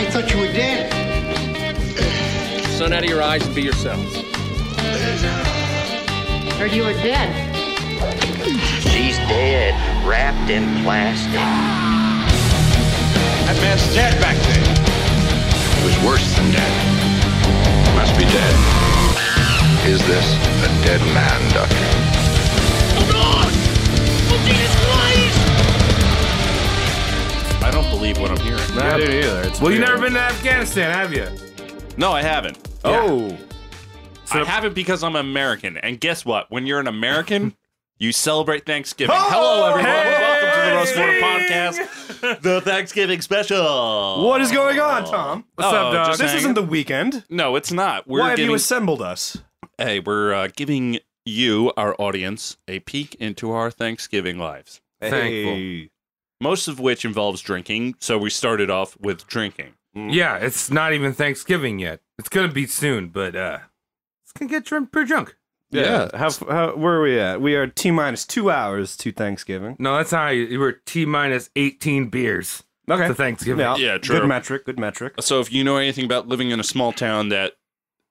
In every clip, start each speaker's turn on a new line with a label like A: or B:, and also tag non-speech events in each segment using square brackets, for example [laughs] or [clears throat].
A: I thought you were dead.
B: Sun out of your eyes and be yourselves.
C: Or you were dead.
D: She's dead, wrapped in plastic.
E: That man's dead back there.
F: It was worse than dead.
E: Must be dead.
F: Is this a dead man, Doctor?
G: I don't believe what I'm hearing.
H: I
I: Yeah.
H: didn't either. It's
I: Well, you
H: weird.
I: never been to Afghanistan, have you?
G: No, I haven't.
H: Oh,
G: I haven't because I'm American. And guess what? When you're an American, you celebrate Thanksgiving. Hello, everyone. Welcome to the Roast Water Podcast, the Thanksgiving special.
H: what is going on, Tom? What's
G: Oh,
H: up, dog?
G: just
H: This
G: hanging.
H: isn't the weekend.
G: No, it's not. We're
H: Why have
G: giving.
H: you assembled us?
G: hey, we're uh, giving you, our audience, a peek into our Thanksgiving lives.
H: Hey.
G: Most of which involves drinking. So we started off with drinking.
I: Yeah, it's not even Thanksgiving yet. It's gonna be soon, but uh, it's gonna get drunk, pretty drunk.
H: Yeah. How, how where are we at? We are t minus two hours to Thanksgiving.
I: No, that's not. You were t minus eighteen beers
H: Okay.
I: to Thanksgiving.
H: Yeah.
G: Yeah, true.
H: Good metric. Good metric.
G: So if you know anything about living in a small town that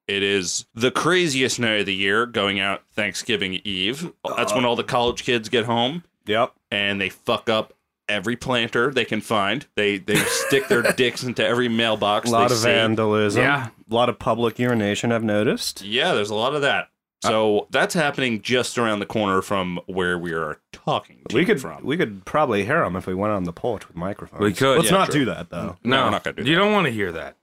G: it is the craziest night of the year going out Thanksgiving Eve. That's when all the college kids get home
H: Yep.
G: and they fuck up every planter they can find. They they stick
H: [laughs]
G: their dicks into every mailbox.
H: A lot
G: they
H: of
G: see.
H: vandalism.
I: Yeah.
H: A lot of public urination. I've noticed.
G: Yeah, there's a lot of that.
H: Uh,
G: So that's happening just around the corner from where we are talking. To
H: We
G: you
H: could
G: from.
H: we could probably hear them if we went on the porch with microphones.
I: We could,
H: Let's
I: yeah,
H: not
G: true.
H: do that though.
G: No, we're not gonna do
I: You don't want to hear that.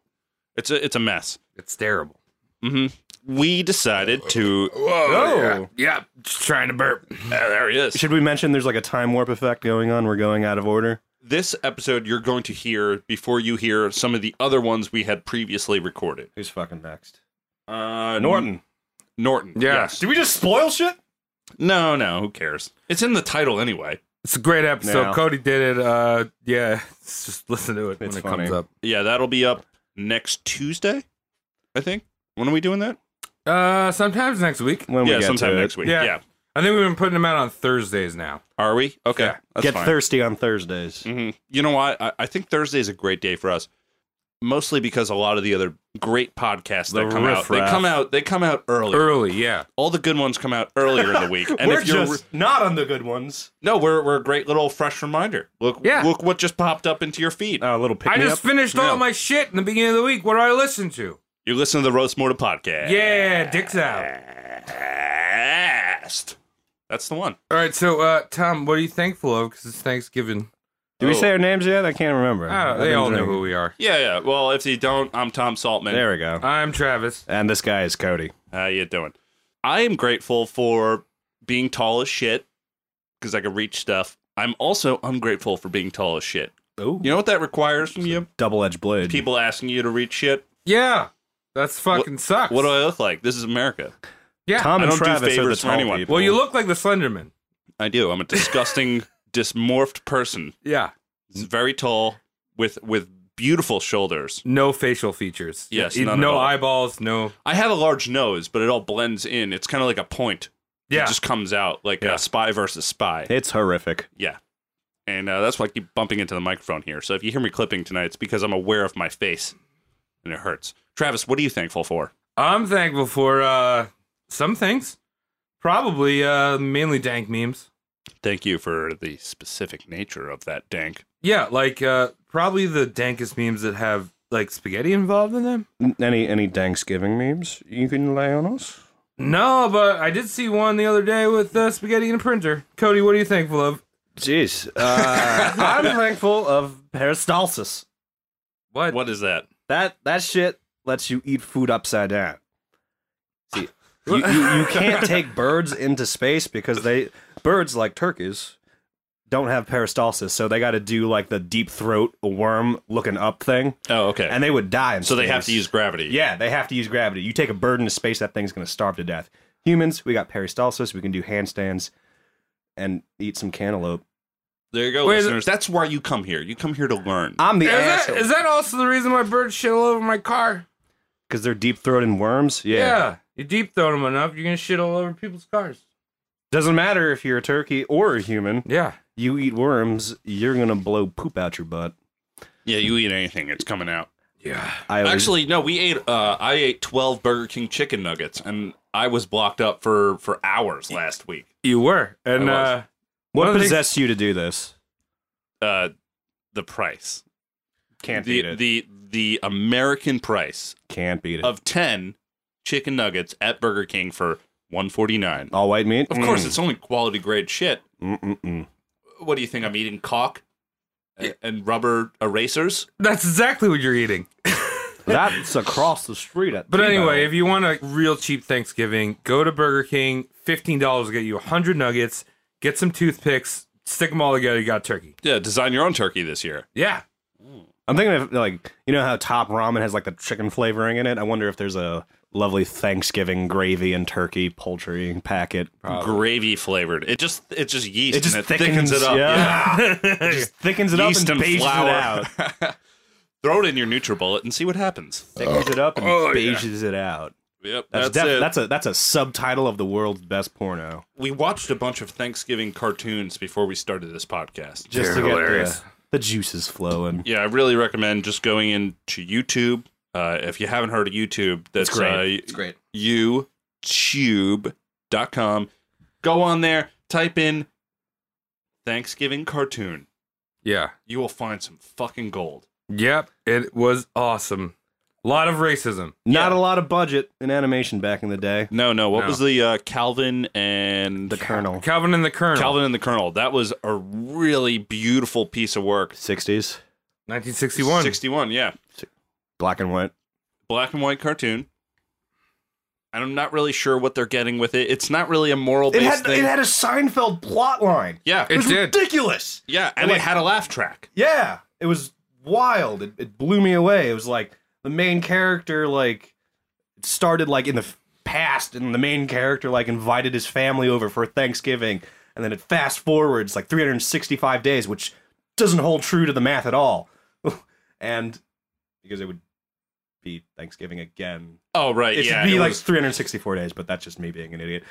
G: it's a it's a mess.
I: It's terrible.
G: hmm We decided
H: [laughs]
G: to.
H: Oh.
I: Yeah, just trying to burp.
G: Ah, there he is.
H: Should we mention there's like a time warp effect going on? We're going out of order.
G: this episode you're going to hear before you hear some of the other ones we had previously recorded.
H: Who's fucking next?
G: Uh,
H: Norton.
G: Norton.
I: Yeah.
H: Did we just spoil shit?
G: No, no. Who cares? It's in the title anyway.
I: It's a great episode.
H: No.
I: Cody did it. Uh, yeah, it's just listen to it
H: It's
I: when it
H: funny.
I: comes up.
G: Yeah, that'll be up next Tuesday. I think. When are we doing that?
I: Uh, sometimes next week.
H: When
G: yeah,
H: we get
G: sometime
H: to
G: next
H: it.
G: week. Yeah.
I: Yeah. I think we've been putting them out on Thursdays now.
G: Are we? Okay.
I: Yeah.
G: That's
H: Get
G: fine.
H: thirsty on Thursdays.
G: Mhm. You know what? I, I think Thursday is a great day for us, mostly because a lot of the other great podcasts
H: The
G: that come out they
H: riffraff.
G: come out they come out early.
I: Early, yeah.
G: All the good ones come out earlier in the
I: [laughs]
H: [laughs]
G: week. And
H: we're
G: if you're
H: just not on the good ones.
G: No, we're, we're a great little fresh reminder. Look,
I: Yeah.
G: look what just popped up into your feed. Uh,
H: Oh, A little pick
I: I just finished all
G: Yeah.
I: my shit in the beginning of the week. What do I listen to?
G: you listen to the Roast Mortar podcast.
I: Yeah, dicks out.
G: Podcast. That's the one.
I: All right, so uh, Tom, what are you thankful of? Because it's Thanksgiving.
H: Did we say our names yet? I can't remember.
I: Oh, they all know who we are.
G: Yeah, yeah. Well, if you don't, I'm Tom Saltman.
H: There we go.
I: I'm Travis.
H: And this guy is Cody.
G: How you doing? I am grateful for being tall as shit because I can reach stuff. I'm also ungrateful for being tall as shit.
H: Oh,
G: You know what that requires from you?
H: double-edged blade.
G: People asking you to reach shit.
I: Yeah, that's fucking sucks.
G: What do I look like? This is America.
I: yeah.
H: Tom
G: I
H: and
G: don't do
H: Travis are the
G: favors for
H: tall
G: anyone.
H: people.
I: Well, you look like the Slenderman.
G: I do. I'm a disgusting, [laughs] dismorphed person.
I: Yeah.
G: He's very tall with with beautiful shoulders.
I: No facial features.
G: Yes,
I: It-
G: none at
I: no
G: all.
I: eyeballs. No.
G: I have a large nose, but it all blends in. It's kind of like a point.
I: Yeah.
G: It just comes out like
I: Yeah.
G: uh, spy versus spy.
H: It's horrific.
G: Yeah. And uh, that's why I keep bumping into the microphone here. So if you hear me clipping tonight, it's because I'm aware of my face and it hurts. Travis, what are you thankful for?
I: I'm thankful for uh, some things. Probably uh, mainly dank memes.
G: Thank you for the specific nature of that dank.
I: Yeah, like uh, probably the dankest memes that have like spaghetti involved in them.
H: N- Any any Thanksgiving memes you can lay on us?
I: No, but I did see one the other day with uh, spaghetti and a printer. Cody, what are you thankful of?
H: Jeez,
I: [laughs]
H: uh, I'm thankful of peristalsis.
I: What?
G: What is that?
H: That that shit lets you eat food upside down.
G: [laughs]
H: See, you, you, you can't take birds into space because they birds like turkeys don't have peristalsis, so they got to do like the deep throat worm looking up thing,
G: Oh, okay.
H: and they would die. In
G: so they have to
H: space.
G: use gravity.
H: Yeah, they have to use gravity. You take a bird into space, that thing's going to starve to death. Humans, we got peristalsis. We can do handstands and eat some cantaloupe.
G: There you go,
I: Wait, is it-
G: listeners. That's why you come here. You come here to learn.
H: I'm the
I: Is that,
H: asshole
I: is that also the reason why birds shit all over my car?
H: because they're deep throated worms. Yeah.
I: You deep throat them enough, you're gonna shit all over people's cars.
H: doesn't matter if you're a turkey or a human.
I: Yeah.
H: You eat worms, you're going to blow poop out your butt.
G: yeah, you eat anything, it's coming out.
H: I was-
G: Actually, no, we ate. Uh, I ate twelve Burger King chicken nuggets, and I was blocked up for for hours last week.
I: You were, and
G: I was.
I: uh, one
H: what
I: of the things-
H: possessed you to do this?
G: Uh, the price,
H: Can't beat
G: the
H: it.
G: the the American price
H: Can't beat it.
G: of ten chicken nuggets at Burger King for one forty nine.
H: All white meat. Mm,
G: Of course, it's only quality grade shit.
H: Mm-mm-mm.
G: What do you think I'm eating? Caulk A- and rubber erasers.
I: that's exactly what you're eating.
H: That's across the street. At
I: But
H: Tebow.
I: anyway, if you want a real cheap Thanksgiving, go to Burger King. Fifteen dollars will get you hundred nuggets. Get some toothpicks. Stick them all together. You got turkey.
G: Yeah, design your own turkey this year.
I: Yeah,
H: I'm thinking of like you know how Top Ramen has like the chicken flavoring in it. I wonder if there's a lovely Thanksgiving gravy and turkey poultry packet.
G: Gravy flavored. It just it just yeast.
H: It just
G: and it
H: thickens,
G: it up.
H: yeah.
G: [laughs]
H: It just thickens it
G: Yeast
H: up and,
G: and
H: beiges
G: flour.
H: it out.
G: [laughs] Throw it in your NutriBullet and see what happens.
H: Thickens it up and beiges it out.
G: Yep,
H: That's
G: Oh, that's,
H: def-
G: it.
H: that's a that's a subtitle of the world's best porno.
G: we watched a bunch of Thanksgiving cartoons before we started this podcast.
H: Just
I: They're
H: to get
I: hilarious.
H: the, the juices flowing.
G: yeah, I really recommend just going into YouTube. Uh, if you haven't heard of YouTube, that's
H: great.
G: Uh,
H: It's great.
G: youtube.com. Go on there, type in Thanksgiving cartoon.
I: yeah,
G: You will find some fucking gold.
I: yep. It was awesome. A lot of racism.
H: Not a lot of budget in animation back in the day.
G: No, no. What
I: No.
G: was the uh, Calvin and
H: The Colonel,
I: Calvin and the Colonel.
G: Calvin and the Colonel? That was a really beautiful piece of work.
H: 60s,
I: 1961.
G: 61, yeah.
H: black and white.
G: black and white cartoon. And I'm not really sure what they're getting with it. It's not really a moral
H: It
G: based
H: had
G: thing.
H: it had a Seinfeld plot line.
G: yeah,
I: It did.
H: Ridiculous.
G: yeah, and it had a laugh track.
H: Yeah, it was wild. It, it blew me away. It was like the main character like it started like in the f- past, and the main character like invited his family over for Thanksgiving, and then it fast forwards like 365 days, which doesn't hold true to the math at all, [laughs] and because it would be Thanksgiving again.
G: Oh right,
H: It
G: yeah,
H: should be
G: it
H: like
G: was-
H: 364 days, but that's just me being an idiot.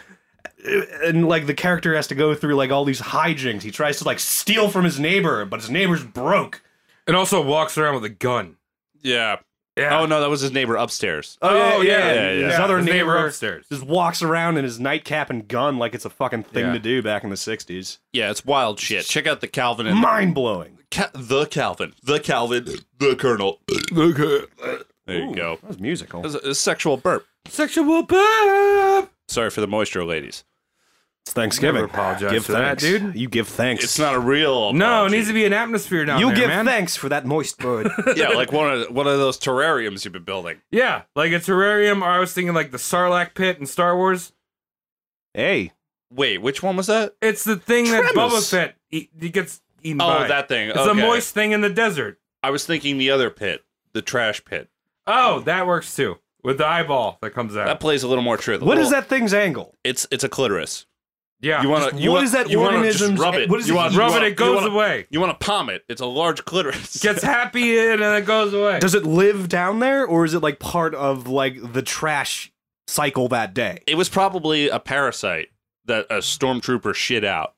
H: And like the character has to go through like all these hijinks. He tries to like steal from his neighbor, but his neighbor's broke.
I: And also walks around with a gun.
G: yeah.
I: Yeah.
G: Oh no, that was his neighbor upstairs.
H: Oh,
I: yeah,
G: yeah, yeah,
H: His
I: yeah.
H: other
I: His neighbor
H: neighbor,
I: upstairs.
H: just walks around in his nightcap and gun like it's a fucking thing
I: Yeah.
H: to do back in the '60s.
G: Yeah, it's wild shit. Check out the Calvin and
H: Mind blowing.
G: Ca- the Calvin, the Calvin, the Colonel. There you go.
H: That was musical.
G: That was a, a sexual burp.
I: Sexual burp.
G: Sorry for the moisture, ladies.
H: It's Thanksgiving.
I: Never apologize
H: give
I: for that,
H: thanks,
I: dude.
H: You give thanks.
G: It's not a real.
I: No, it
G: apology.
I: needs to be an atmosphere down
H: You
I: there,
H: give
I: man.
H: thanks for that
I: [laughs]
H: moist bird.
G: yeah, like one of one of those terrariums you've been building.
I: Yeah, like a terrarium, or I was thinking like the Sarlacc pit in Star Wars.
H: hey,
G: Wait, which one was that?
I: It's the thing that
G: Tremors.
I: Boba Fett eat, he gets eaten
G: Oh,
I: by.
G: that thing.
I: It's a
G: okay.
I: moist thing in the desert.
G: I was thinking the other pit, the trash pit.
I: Oh, that works too. With the eyeball that comes out.
G: That plays a little more true.
H: what is that thing's angle?
G: It's it's a clitoris.
I: yeah.
G: You want to?
H: what is that
G: you wanna just
H: organism's-
G: Rub it.
H: what is
G: you
H: it-
G: wanna-
I: rub
G: you
I: it,
G: wanna-
I: it goes
G: you wanna-
I: away.
G: You want to palm it? It's a large clitoris.
I: Gets happy and then it goes away.
H: Does it live down there, or is it like part of like the trash cycle that day?
G: it was probably a parasite that a stormtrooper shit out,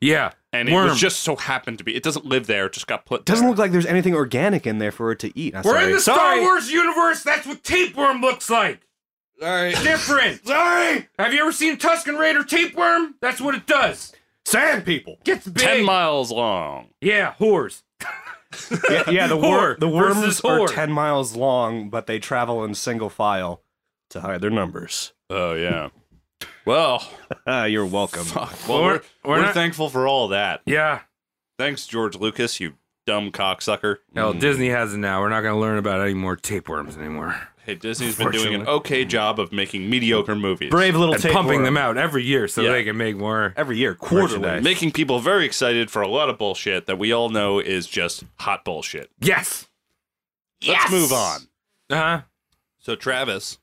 I: yeah.
G: and
I: Worm.
G: it was just so happened to be. It doesn't live there. It just got put.
H: Doesn't
G: there.
H: look like there's anything organic in there for it to eat. I'm
I: We're
H: sorry.
I: in the
H: Sorry.
I: Star Wars universe. That's what tapeworm looks like.
G: All right.
I: [laughs] Different.
H: Sorry,
I: Have you ever seen Tuscan Raider tapeworm? That's what it does.
H: sand people.
I: Gets big.
G: Ten miles long.
I: Yeah, whores.
H: [laughs]
I: [laughs]
H: yeah, yeah, the, wor-
I: Whore
H: the
I: versus
H: worms are
I: whore.
H: 10 miles long, but they travel in single file to hide their numbers. [laughs]
G: Oh yeah. Well, [laughs]
H: Ah, you're welcome.
G: well,
I: Well,
G: we're
I: we're-
G: we're,
I: we're not-
G: thankful for all that.
I: Yeah.
G: Thanks, George Lucas. You dumb cocksucker.
I: Hell,
H: Hmm.
I: Disney has it now. We're not going to learn about any more tapeworms anymore.
G: Hey, Disney's been doing an okay job of making mediocre movies.
H: Brave little
I: And pumping
H: tapeworm.
I: them out every year so
G: Yeah.
I: they can make more.
H: every year, quarterly.
I: Merchandise.
G: making people very excited for a lot of bullshit that we all know is just hot bullshit.
I: Yes.
G: Let's move on.
I: Uh huh.
G: So, Travis,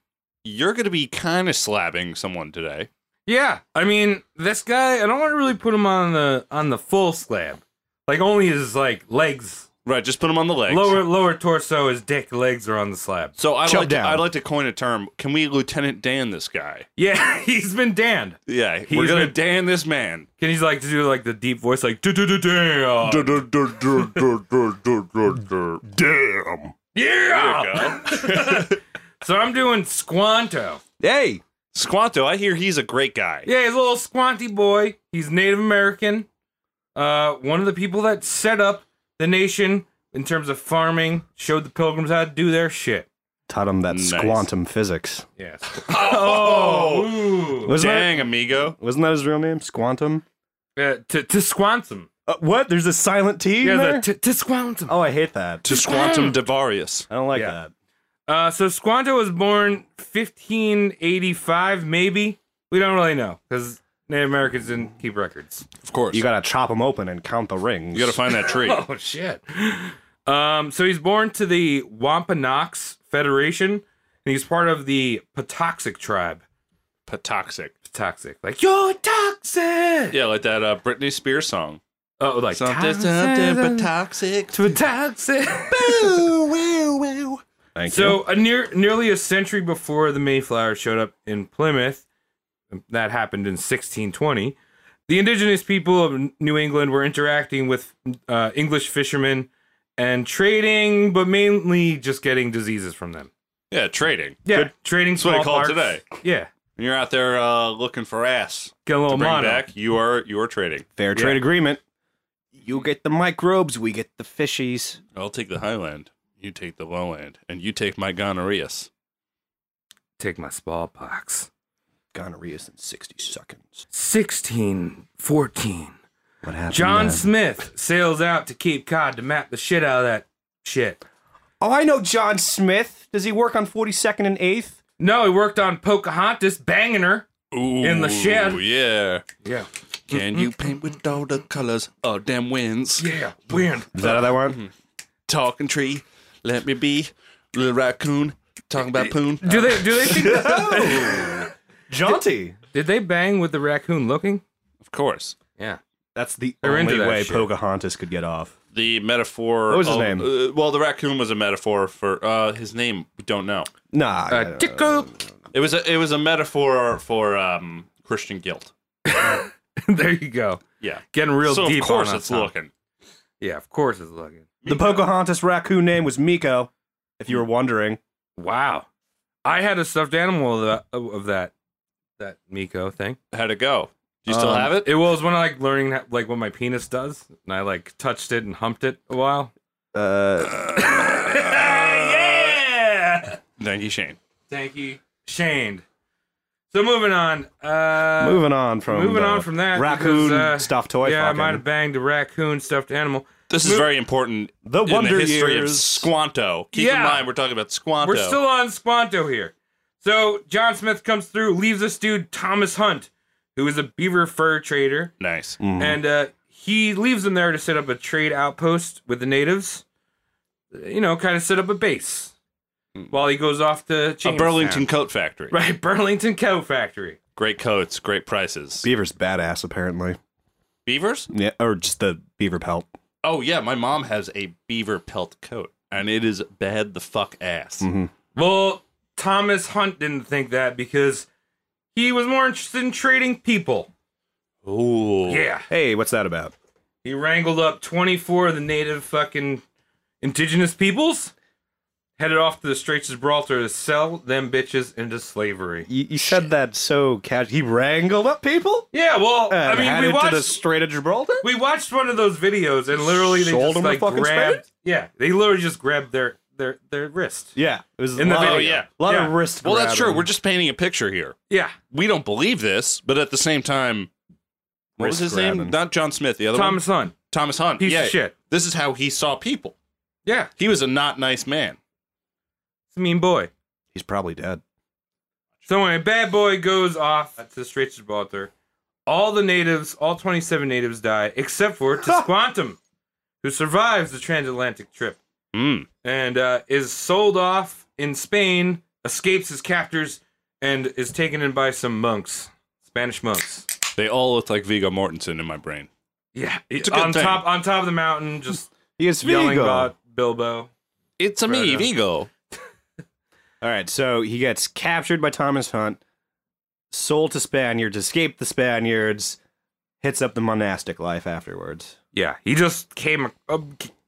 G: you're going to be kind of slapping someone today.
I: Yeah. I mean, this guy. I don't want to really put him on the on the full slab. Like only his like legs,
G: Right, just put them on the legs.
I: lower lower torso, his dick, legs are on the slab.
G: So, I'd
H: Choke
G: like, to,
H: down.
G: I'd like to coin a term. Can we Lieutenant Dan this guy?
I: Yeah, [laughs] he's been damned.
G: Yeah, we're
I: He's
G: going to
I: been-
G: Dan this man.
I: Can he's like to do like the deep voice, like do do do uh," damn,
G: Damn.
I: yeah, so I'm doing Squanto.
H: Hey,
G: Squanto, I hear he's a great guy.
I: Yeah, he's a little squanty boy. He's Native American. Uh, one of the people that set up the nation in terms of farming, showed the pilgrims how to do their shit.
H: taught him that
G: Nice.
H: squantum physics.
I: Yes.
G: Oh,
H: Wasn't
G: dang, amigo.
H: Wasn't that his real name? Squantum.
I: Uh, to to squantum.
H: Uh, what? There's a silent T. in
I: Yeah,
H: there?
I: the, to, to squantum.
H: oh, I hate that.
G: To Squantum Devarius.
H: I don't like
I: Yeah.
H: that.
I: Uh, so Squanto was born 1585, maybe. We don't really know because Native Americans didn't keep records.
G: Of course.
H: You gotta chop them open and count the rings.
G: You gotta find that [laughs]
I: [laughs]
G: tree.
I: Oh shit. Um, so he's born to the Wampanoags Federation, and he's part of the Patuxent tribe.
G: Patoxic.
I: Toxic, like you're toxic.
G: Yeah, like that uh, Britney Spears song.
I: Oh, like toxic,
G: toxic.
I: to toxic.
H: Thank you.
I: so a near nearly a century before the Mayflower showed up in Plymouth, um, that happened in 1620. The indigenous people of New England were interacting with uh, English fishermen and trading, but mainly just getting diseases from them.
G: Yeah, trading.
I: Yeah, trading.
G: That's what I call it
I: smallpox. Yeah,
G: When you're out there uh, looking for ass
I: get a
G: to
I: little
G: bring
I: mono.
G: back, you are you are trading.
H: Fair trade agreement. You get the microbes, we get the fishies.
G: I'll take the highland. You take the lowland, and you take my gonorrheas.
I: Take my smallpox.
H: Gonorrhea's in 60 seconds.
I: 1614.
H: What happened?
I: John
H: then?
I: Smith sails out to Cape Cod to map the shit out of that shit.
H: Oh, I know John Smith. Does he work on 42nd and 8th?
I: No, he worked on Pocahontas, banging her.
G: Ooh,
I: In the shed.
G: Yeah.
I: Yeah.
G: Can you paint with all the colors of them winds?
I: Yeah. Wind.
H: Is that how that
G: Mm-hmm.
H: went?
G: Talking tree, let me be. Little raccoon, talking about poon.
I: Do they do they
G: [laughs]
I: think
H: Jaunty.
I: Did they bang with the raccoon looking?
G: Of course.
I: Yeah.
H: That's the
I: They're into
H: only
I: that
H: way
I: shit.
H: Pocahontas could get off.
G: The metaphor.
H: What was his
G: of-
H: name?
G: Uh, well, the raccoon was a metaphor for uh, his name. We don't know.
H: Nah. I
I: Uh,
H: don't-
I: tickle.
G: It was a it was a metaphor for um, Christian guilt.
I: [laughs] there you go.
G: Yeah.
I: Getting real
G: so
I: deep.
G: of course
I: on
G: it's
I: us, huh?
G: looking.
I: Yeah, of course it's looking.
H: the Pocahontas raccoon name was Miko, if you were wondering.
I: Wow. I had a stuffed animal of that, of that that Miko thing.
G: How'd it go? Do you still
I: Um,
G: have it?
I: It was when I like learning how, like what my penis does, and I like touched it and humped it a while.
H: Uh,
I: yeah.
G: Thank you, Shane.
I: Thank you, Shane. So moving on. Uh,
H: moving on from
I: moving
H: the
I: on from that
H: raccoon
I: because, uh,
H: stuffed toy.
I: yeah, I
H: fucking.
I: might have banged a raccoon stuffed animal.
G: This is
I: Mo-
G: very important
H: The
G: in
H: Wonder
G: the history of
H: Years.
G: Squanto. Keep
I: Yeah.
G: in mind, we're talking about Squanto.
I: We're still on Squanto here. So John Smith comes through, leaves this dude Thomas Hunt, who is a beaver fur trader,
G: nice.
I: and uh, he leaves him there to set up a trade outpost with the natives. You know, kind of set up a base while he goes off to
G: A
I: Jamestown.
G: Burlington coat factory.
I: [laughs] right? Burlington Coat Factory.
G: Great coats, great prices.
H: Beaver's badass, apparently.
G: Beavers?
H: Yeah, or just the beaver pelt.
G: Oh yeah, my mom has a beaver pelt coat, and it is bad the fuck ass.
I: Well, Thomas Hunt didn't think that because he was more interested in trading people.
G: Ooh,
I: Yeah.
H: Hey, what's that about?
I: He wrangled up 24 of the native fucking indigenous peoples, headed off to the Straits of Gibraltar to sell them bitches into slavery.
H: You, you said that so casual. He wrangled up people.
I: Yeah, well,
H: And
I: I mean,
H: headed
I: we watched,
H: to the Strait of Gibralter.
I: we watched one of those videos and literally they just
H: Sold them to
I: like
H: fucking
I: grabbed.
H: Spaniards?
I: Yeah, they literally just grabbed their, their, their wrist.
H: Yeah, it was
I: In
H: a
I: the
H: lot,
I: video.
G: Oh, yeah.
H: a lot
I: Yeah.
H: of wrist.
G: Well, that's true.
H: grabbing.
G: We're just painting a picture here.
I: Yeah.
G: We don't believe this, but at the same time, what was
H: Wrist
G: his name?
H: grabbing.
G: Not John Smith. The other
I: Thomas
G: one,
I: Hunt.
G: Thomas Hunt.
I: Piece of
G: yeah,
I: shit.
G: This is how he saw people.
I: Yeah.
G: He was a not nice man.
I: It's a mean boy.
H: He's probably dead.
I: So when a bad boy goes off to the Straits of Gibraltar, all the natives, all 27 natives die, except
G: [laughs]
I: for Tisquantum, who survives the transatlantic trip
G: Mm.
I: and uh, is sold off in Spain, escapes his captors, and is taken in by some monks, Spanish monks.
G: They all look like Vigo Mortensen in my brain.
I: Yeah,
G: It's a good
I: on
G: thing.
I: top on top of the mountain, just
H: He is
I: yelling
H: Vigo.
I: about Bilbo.
G: It's a me,
I: Right on.
G: Vigo.
H: All right, so he gets captured by Thomas Hunt, sold to Spaniards, escaped the Spaniards, hits up the monastic life afterwards.
I: Yeah, he just came. Uh,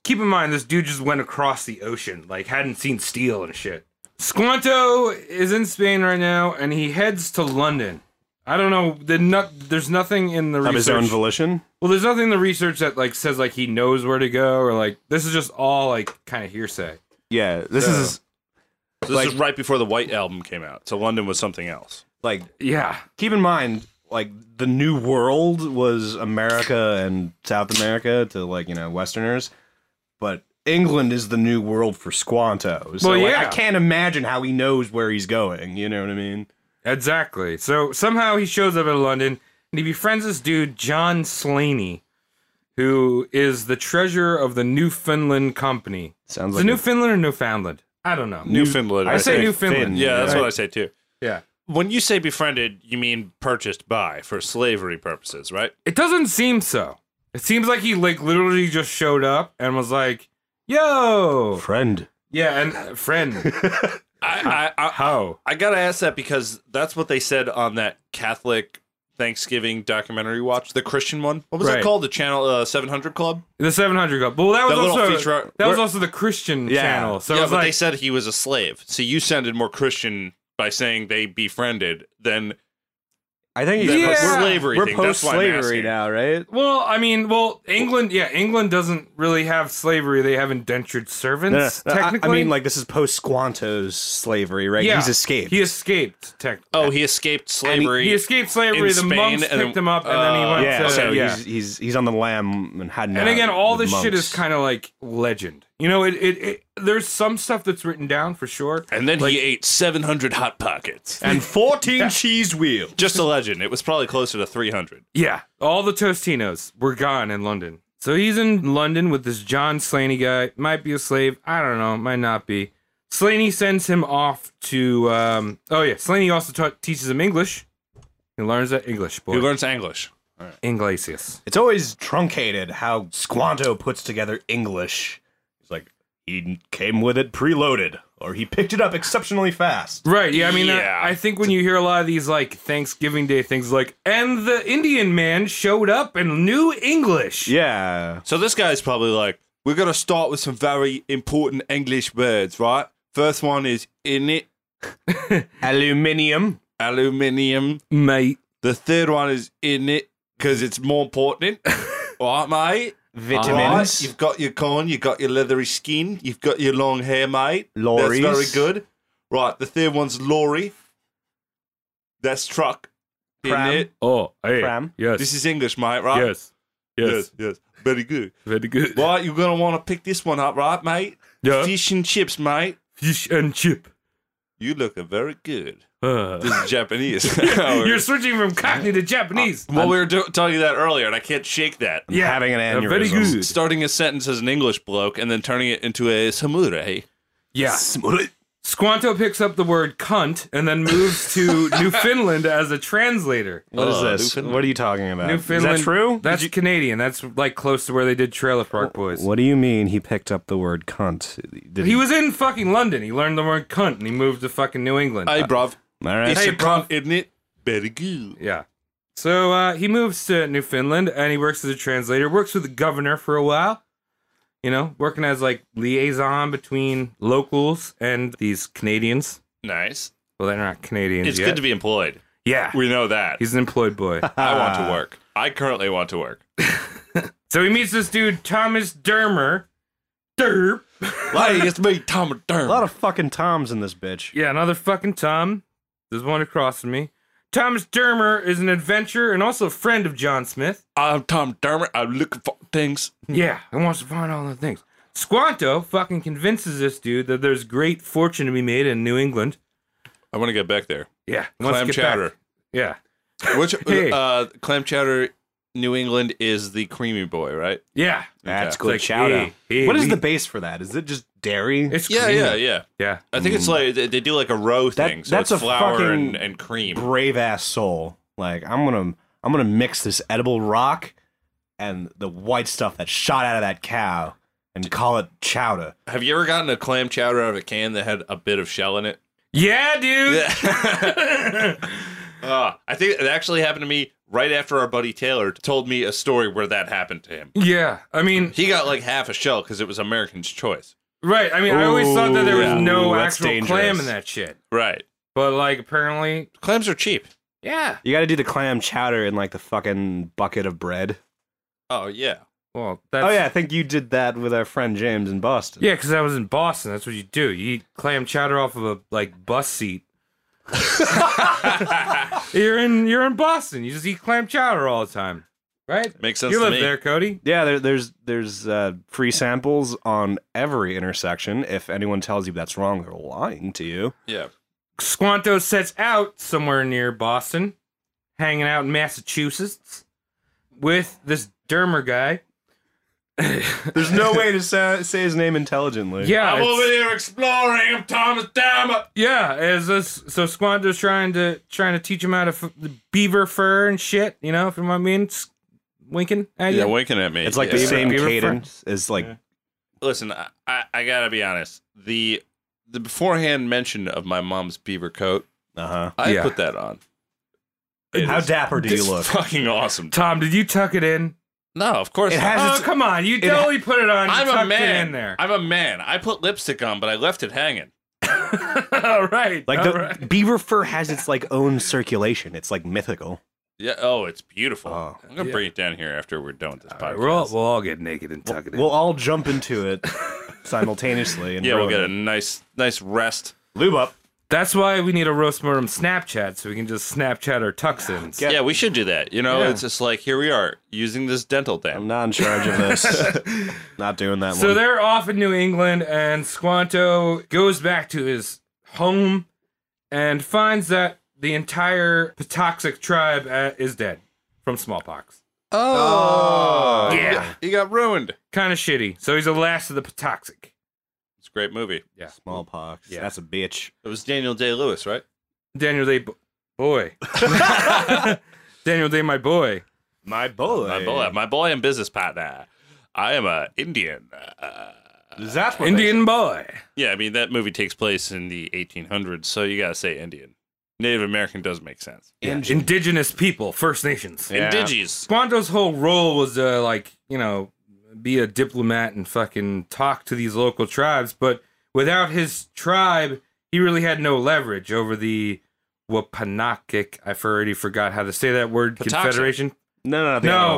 I: keep in mind, this dude just went across the ocean, like hadn't seen steel and shit. Squanto is in Spain right now, and he heads to London. I don't know. The nut, there's nothing in the
H: Of
I: research.
H: his own volition?
I: well, there's nothing in the research that like says like he knows where to go or like this is just all like kind of hearsay.
J: Yeah, this
I: So-
J: is
G: This is right before the White album came out, so London was something else.
J: like
I: Yeah,
H: Keep in mind, like, the New World was America and South America to, like, you know, Westerners. But England is the New World for Squanto. So,
I: Well,
H: like,
I: yeah.
H: I can't imagine how he knows where he's going. You know what I mean?
I: exactly. So somehow he shows up in London and he befriends this dude John Slaney, who is the treasurer of the Newfoundland Company.
H: Sounds
I: Is it Newfoundland or Newfoundland? I don't know.
G: Newfoundland.
I: I say
G: think.
I: Newfoundland.
G: Yeah, Uh, that's
H: right?
G: what I say too.
I: Yeah.
G: When you say befriended, you mean purchased by for slavery purposes, right?
I: It doesn't seem so. It seems like he like literally just showed up and was like, "Yo,
H: friend.
I: yeah, and uh, [laughs] friend,
G: I, I, I,
I: how?"
G: I gotta ask that because that's what they said on that Catholic Thanksgiving documentary watch, the Christian one. What was
I: Right.
G: it called? The Channel uh, Seven Hundred Club.
I: The Seven Hundred Club. Well, that was
G: That little
I: also
G: feature-
I: that was also the Christian
J: Yeah.
I: channel. So
G: yeah,
I: it
G: but
I: was
G: they
I: like,
G: said he was a slave. So you sounded more Christian by saying they befriended than
H: I think he's
G: than
I: Yeah.
G: the slavery
H: We're
G: thing. That's
H: post
G: why I'm
H: slavery
G: asking.
H: now, right?
I: well, I mean, well, England, yeah, England doesn't really have slavery. They have indentured
H: No, no,
I: servants.
H: no, I-
I: technically,
H: I, mean, like this is post Squanto's slavery, right?
I: yeah,
H: He's escaped.
I: He escaped. Technically,
G: Oh, he escaped slavery.
I: he escaped slavery.
G: in
I: the
G: Spain
I: monks
G: and-
I: picked him up, and then he
G: uh,
I: went
H: yeah,
I: to
H: so
I: yeah.
H: he's he's he's on the lamb and had
I: And again, all this shit is kind of like legend. You know, it, it, it there's some stuff that's written down for sure.
G: and then he ate 700 hot
I: [laughs]
G: pockets.
H: and fourteen cheese wheels.
G: Just a legend. It was probably closer to 300.
I: Yeah, all the Tostinos were gone in London. So he's in London with this John Slaney guy. Might be a slave. I don't know. Might not be. Slaney sends him off to. Um, oh yeah, Slaney also taught teaches him English. He learns that English boy.
G: Who learns English?
I: Inglesias.
H: It's always truncated how Squanto puts together English. He's like he came with it preloaded, or he picked it up exceptionally fast.
I: Right. Yeah. I mean, that-
G: Yeah.
I: I think when you hear a lot of these like Thanksgiving Day things, like, and the Indian man showed up and knew English.
H: Yeah,
G: So this guy's probably like, we're going to start with some very important English words, right? First one is in it,
H: aluminium.
G: aluminium.
I: mate.
G: The third one is in it because it's more important.
I: [laughs]
G: All right, mate?
H: Vitamins.
G: Right, You've got your corn, you've got your leathery skin, you've got your long hair, mate.
H: Lorries.
G: That's very good. Right, the third one's lorry. That's truck. In
H: Pram.
G: it.
I: Oh, hey.
H: Pram.
I: Yes.
G: This is English, mate, right?
I: yes. Yes.
G: yes, yes. Very good.
I: Very good.
G: Right, you're gonna want to pick this one up, right, mate?
I: Yeah.
G: Fish and chips, mate.
I: Fish and chip.
G: You look very good.
I: Uh.
G: This is
I: [laughs]
G: Japanese. [laughs]
I: You're switching from Cockney to
H: Uh,
I: Japanese.
G: well, we were do- telling you that earlier, and I can't shake that.
I: yeah.
H: having an
I: Uh, Very
H: aneurysm.
I: good.
G: Starting a sentence as an English bloke and then turning it into a samurai.
I: Yeah. Squanto picks up the word cunt and then moves
H: [laughs]
I: to Newfoundland as a translator.
H: What Uh, is
G: Oh,
H: this?
G: Newfoundland.
H: What are you talking about?
I: Newfoundland.
H: Is that true?
I: That's Canadian. That's like close to where they did Trailer Park Boys.
H: What do you mean he picked up the word cunt? Did
I: He was in fucking London. He learned the word cunt and he moved to fucking New England.
G: Hey, bruv.
H: All right.
G: It's
I: Hey,
G: a
I: bruv.
G: cunt, isn't it? Very good.
I: Yeah. So uh, he moves to Newfoundland and he works as a translator, works with the governor for a while, you know, working as like liaison between locals and these Canadians.
G: Nice.
I: Well, they're not Canadians
G: It's
I: yet.
G: good to be employed.
I: yeah.
G: We know that.
I: He's an employed
G: [laughs]
I: boy.
G: I want
H: Ah.
G: to work. I currently want to work.
I: so he meets this dude, Thomas Dermer. Derp.
G: Hey, it's me, Tom Durn.
H: A lot of fucking toms in this bitch.
I: Yeah, another fucking Tom. There's one across from me. Thomas Dermer is an adventurer and also a friend of John
G: [laughs]
I: Smith.
G: I'm Tom Dermot. I'm looking for things.
I: Yeah, and wants to find all the things. Squanto fucking convinces this dude that there's great fortune to be made in New England.
G: I want to get back there.
I: Yeah, wants to
G: Clam
I: get
G: chowder.
I: back. Yeah,
G: Which
I: Hey.
G: uh, clam chowder, New England is the creamy boy, right?
I: yeah.
H: That's
G: Okay.
H: good
I: It's like,
H: shout
I: hey,
H: out.
I: hey,
H: what is
I: we-
H: the base for that? Is it just dairy?
I: It's
G: Yeah,
I: creamy.
G: yeah, yeah.
I: yeah.
G: I think it's like they, they do like a row
H: That-
G: thing. so
H: that's
G: it's
H: a
G: flour
H: fucking
G: and, and cream.
H: Brave ass soul. Like I'm gonna I'm gonna mix this edible rock and the white stuff that shot out of that cow and call it chowder.
G: Have you ever gotten a clam chowder out of a can that had a bit of shell in it?
I: Yeah, dude.
G: uh, I think it actually happened to me right after our buddy Taylor told me a story where that happened to him.
I: Yeah, I mean,
G: He got like half a shell because it was American's Choice.
I: Right. I mean, I always thought that there was
G: Ooh,
I: no
G: that's
I: actual clam
G: dangerous.
I: in that shit.
G: Right.
I: But like, apparently,
G: Clams are cheap.
I: yeah.
H: You got to do the clam chowder in like the fucking bucket of bread.
G: Oh yeah.
I: Well, that's
H: oh yeah, I think you did that with our friend James in Boston.
I: yeah. Because I was in Boston. That's what you do. You eat clam chowder off of a like bus
G: [laughs]
I: seat. you're in you're in Boston. You just eat clam chowder all the time, right?
G: Makes sense
I: you
G: to
I: live
G: me.
I: there, Cody.
H: Yeah, there, there's there's uh, free samples on every intersection. If anyone tells you that's wrong, they're lying to you.
G: Yeah.
I: Squanto sets out somewhere near Boston, hanging out in Massachusetts with this dermer guy.
H: There's [laughs] no way to say, say his name intelligently.
I: Yeah,
G: I'm
I: it's-
G: over here exploring. I'm Thomas Dama.
I: Yeah, as this, so Squanto's trying to trying to teach him how to f- beaver fur and shit. You know, if you know what I mean, it's winking at
G: Yeah,
I: you.
G: winking at me.
H: it's like the
G: Yeah.
H: same
I: Beaver
H: cadence as like
G: Listen, I, I, I gotta be honest. The the beforehand mention of my mom's beaver coat,
H: uh huh.
G: I
I: Yeah.
G: put that on.
H: How dapper do you
G: It's
H: look?
G: fucking awesome.
I: Tom, did you tuck it in?
G: No, of course.
H: It
G: not.
H: has- As
I: Oh,
H: it's-
I: come on, you totally put it on. You
G: Uh, I'm a
I: tucked
G: man.
I: It in there.
G: I'm a man. I put lipstick on, but I left it hanging.
I: [laughs] all right,
H: Like
I: all
H: the
I: right.
G: [laughs]
H: beaver fur has its like own circulation. It's like mythical.
G: Yeah. Oh, it's beautiful.
H: Oh.
G: I'm gonna bring it down here after we're done with this podcast.
I: We'll all, we'll all get naked and tuck it in.
H: We'll all jump into
G: [laughs]
H: it simultaneously. And
G: yeah, we'll
H: ruin
G: get a
H: it.
G: nice nice rest.
H: lube up.
I: That's why we need a roast mortem Snapchat so we can just Snapchat our tucks in.
H: Yeah.
G: Yeah, we should do that. You know,
I: Yeah.
G: it's just like here we are using this dental dam.
H: I'm not in charge of this.
G: [laughs]
H: not doing that
I: So
H: one.
I: they're off in New England, and Squanto goes back to his home and finds that the entire Patoxic tribe uh, is dead from smallpox.
G: Oh,
I: Yeah.
G: he got ruined.
I: Kind of shitty. So he's the last of the Patoxic.
G: It's a great movie.
H: Smallpox.
I: Yeah.
H: That's a bitch.
G: It was Daniel Day Lewis, right?
I: Daniel Day, bo-
G: [laughs]
I: boy. Daniel Day, my boy.
H: My boy.
G: My boy, my boy and business partner. I am a Indian. Uh,
H: That's what
I: Indian boy.
G: yeah, I mean that movie takes place in the 1800s, so you gotta say Indian. Native American does make sense.
I: Indigenous people, First Nations.
H: Yeah.
G: Indiges.
I: Squanto's whole role was to like you know be a diplomat and fucking talk to these local tribes, but without his tribe, he really had no leverage over the Wapanakic. I've already forgot how to say that word.
G: Patuxent.
I: Confederation?
H: they- No, no, no. The other
I: No,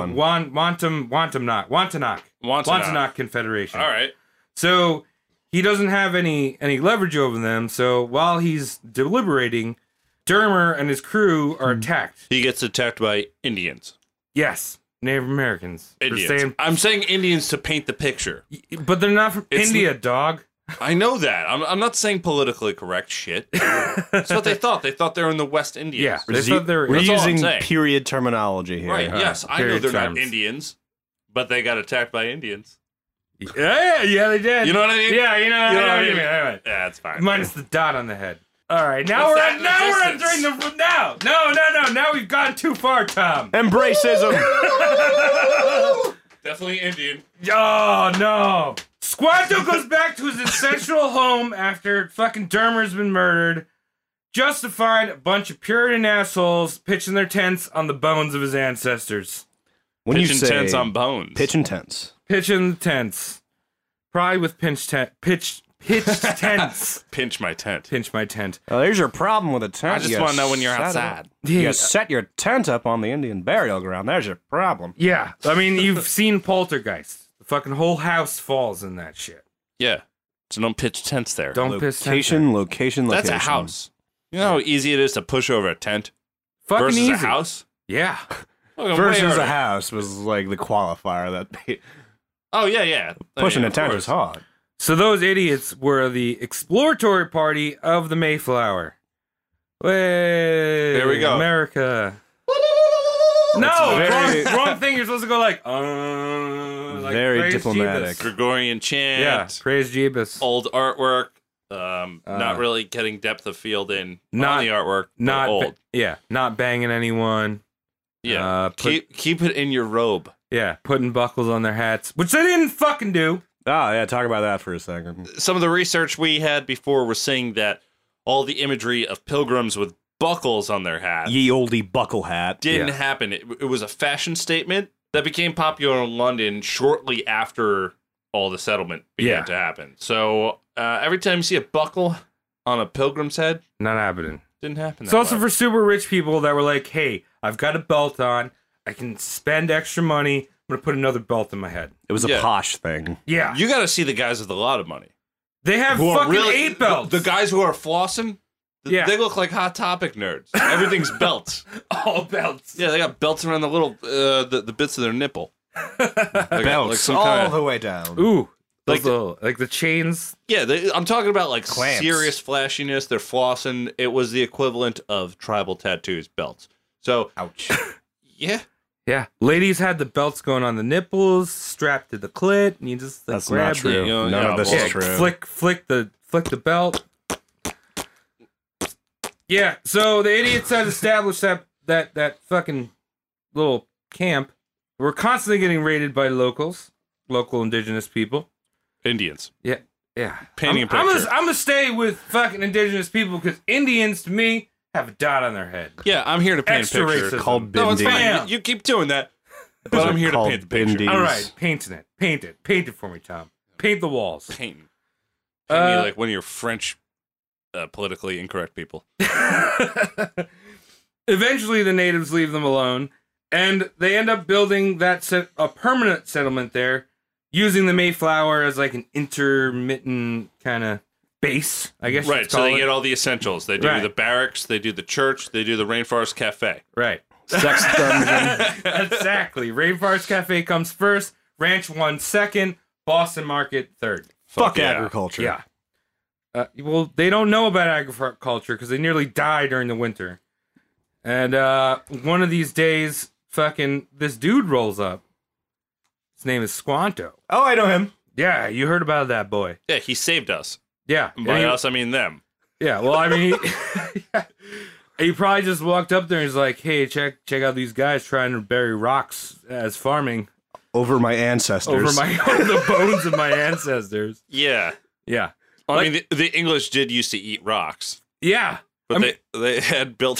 I: Wan
H: one.
I: Wantam Wantamnock Wantanak
G: Wantanak.
I: Wantanak Confederation.
G: All right.
I: So he doesn't have any any leverage over them. So while he's deliberating, Dermer and his crew are
G: Hmm.
I: attacked.
G: He gets attacked by Indians.
I: Yes, Native Americans. for
G: Indians.
I: saying
G: I'm saying Indians to paint the picture.
I: But they're not from
G: It's
I: India, dog.
G: I know that. I'm, I'm not saying politically correct shit. That's what they thought. They thought they were in the West Indies.
I: Yeah,
H: We're
I: they
H: z-
I: thought they were.
H: We're
G: That's all I'm
H: using
G: saying.
H: period terminology here.
G: Right. yes, I know
I: period
G: they're
I: terms.
G: not Indians, but they got attacked by Indians.
I: yeah, yeah, they did.
G: You know what I mean?
I: Yeah, you know, I
G: You
I: know
G: know what I
I: what you
G: mean?
I: mean. Alright.
G: Yeah, it's fine.
I: Minus the dot on the head. All right, now
G: What's
I: we're at, now we're
G: that in
I: entering the now. No, no, no, now we've gone too far, Tom.
H: Embraceism.
G: Definitely Indian.
I: Oh no. Squanto goes back to his ancestral [laughs] home after fucking Dermer's been murdered, just to find a bunch of Puritan assholes pitching their tents on the bones of his ancestors.
H: when you
G: Pitching
H: say
G: tents on bones.
H: pitch and tense.
I: Pitching the tents. Probably with pinch tent pitch pitched tents.
G: Pinch my tent.
I: Pinch my tent.
H: Oh, there's your problem with a tent.
G: I just
H: You
G: want to know when you're
H: set it up-
G: outside.
I: Yeah.
H: You set your tent up on the Indian burial ground. There's your problem.
I: Yeah. I mean, you've seen Poltergeist. The fucking whole house falls in that shit.
G: Yeah. So don't pitch tents there.
I: Don't piss tents.
H: Location, location, location.
G: That's a house. You know how easy it is to push over a tent
I: Fucking
G: versus
I: easy.
G: a house?
I: Yeah.
G: Fucking way
H: Versus
G: harder.
H: a house was like the qualifier that
G: Oh, yeah, yeah. I
H: pushing
G: mean,
H: a
G: of
H: tent
G: course.
H: was hard.
I: So those idiots were the exploratory party of the Mayflower. Way. There
G: we go.
I: America. No,
H: very-
I: wrong, wrong thing. You're supposed to go like, uh, like
H: Very
I: praise
H: diplomatic.
I: Jeebus.
G: Gregorian chant.
I: Yeah, praise Jeebus.
G: Old artwork. Um,
I: Uh,
G: not really getting depth of field in
I: not-
G: on the artwork. but
I: Not ba-
G: old.
I: yeah, not banging anyone.
G: yeah.
I: uh, put-
G: keep keep it in your robe.
I: Yeah, putting buckles on their hats, which they didn't fucking do.
H: Oh yeah, talk about that for a second.
G: Some of the research we had before was saying that all the imagery of pilgrims with buckles on their hats
H: Ye olde buckle hat.
G: Uh, didn't
I: Yeah.
G: happen. It, it was a fashion statement that became popular in London shortly after all the settlement began
I: Yeah.
G: to happen. So uh, every time you see a buckle on a pilgrim's head,
I: Not happening.
G: didn't happen.
I: It's
G: that
I: also
G: way.
I: for super rich people that were like, hey, I've got a belt on. I can spend extra money. I'm going to put another belt in my head.
K: It was a
G: Yeah.
K: posh thing.
I: Yeah.
G: you got to see the guys with a lot of money.
I: they have
G: Who are
I: fucking
G: really-
I: eight belts.
G: The, the guys who are flossing, th-
I: Yeah.
G: they look like hot topic nerds.
I: [laughs]
G: Everything's belts.
I: all belts.
G: Yeah, they got belts around the little uh, the, the bits of their [laughs] nipple. Like- like some kind
K: All
G: of-
K: the way down.
I: Ooh. Like
G: Like
I: the, like the chains.
G: Yeah, they, I'm talking about like
K: Clamps.
G: serious flashiness. They're flossing. It was the equivalent of tribal tattoos belts. So
I: [laughs]
K: Ouch.
G: yeah,
I: Yeah. Ladies had the belts going on the nipples, strapped to the clit, and you just like,
K: That's
I: grab
K: not true.
I: the-
G: know,
K: None
G: yeah,
K: of this
G: well,
K: is true.
I: Flick, flick the, flick the belt. Yeah. So the idiots had established that that that fucking little camp. We're constantly getting raided by locals, local indigenous people.
G: Indians.
I: Yeah. Yeah.
G: Painting
I: I'm,
G: a
I: I'm,
G: picture.
I: gonna, I'm gonna stay with fucking indigenous people because Indians to me have a dot on their head.
G: Yeah, I'm here to paint
I: Extra
G: a picture.
I: racism.
K: Called
G: No, it's
K: Bindi.
G: fine.
I: Bam.
G: You, you keep doing that, but I'm here to
K: called
G: paint the picture.
K: Bindi.
I: All right, painting it, paint it, paint it for me, Tom. Paint the walls.
G: Painting. Paint me
I: Uh,
G: like one of your French uh, politically incorrect people.
I: Eventually, the natives leave them alone, and they end up building that set, a permanent settlement there, using the Mayflower as like an intermittent kind of base, I guess.
G: Right. So they get all the essentials. They do
I: Right.
G: the barracks. They do the church. They do the rainforest cafe. [laughs]
I: right.
K: Sex
I: [laughs]
K: dungeon.
I: exactly. Rainforest Cafe comes first, Ranch one second, Boston Market third.
K: Fuck
G: yeah.
K: agriculture.
I: Yeah. Uh, well, they don't know about agriculture because they nearly die during the winter. And uh, one of these days, fucking this dude rolls up. His name is Squanto.
K: Oh, I know him.
I: Yeah, you heard about that boy.
G: Yeah, he saved us.
I: Yeah.
G: And By
I: And he-
G: us, I mean them.
I: [laughs] Yeah. Well, I mean, he, [laughs] he probably just walked up there and he's like, "Hey, check check out these guys trying to bury rocks as farming
K: Over my ancestors.
I: over my [laughs] over the bones of my ancestors."
G: Yeah.
I: Yeah.
G: I mean, the, the English did used to eat rocks.
I: Yeah.
G: But
I: I mean-
G: they, they [laughs] had built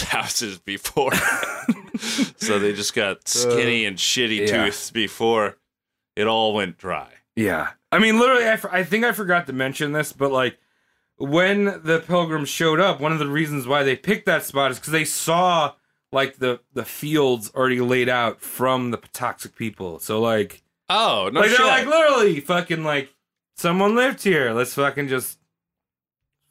I: [laughs]
G: houses before. so they just got skinny and shitty
I: Uh, yeah.
G: tooths before it all went dry.
I: Yeah. I mean, literally, I, for- I think I forgot to mention this, but like when the pilgrims showed up, one of the reasons why they picked that spot is because they saw like the the fields already laid out from the Patoxic people. So like,
G: Oh, no
I: like
G: shit.
I: they're like literally fucking like someone lived here. Let's fucking just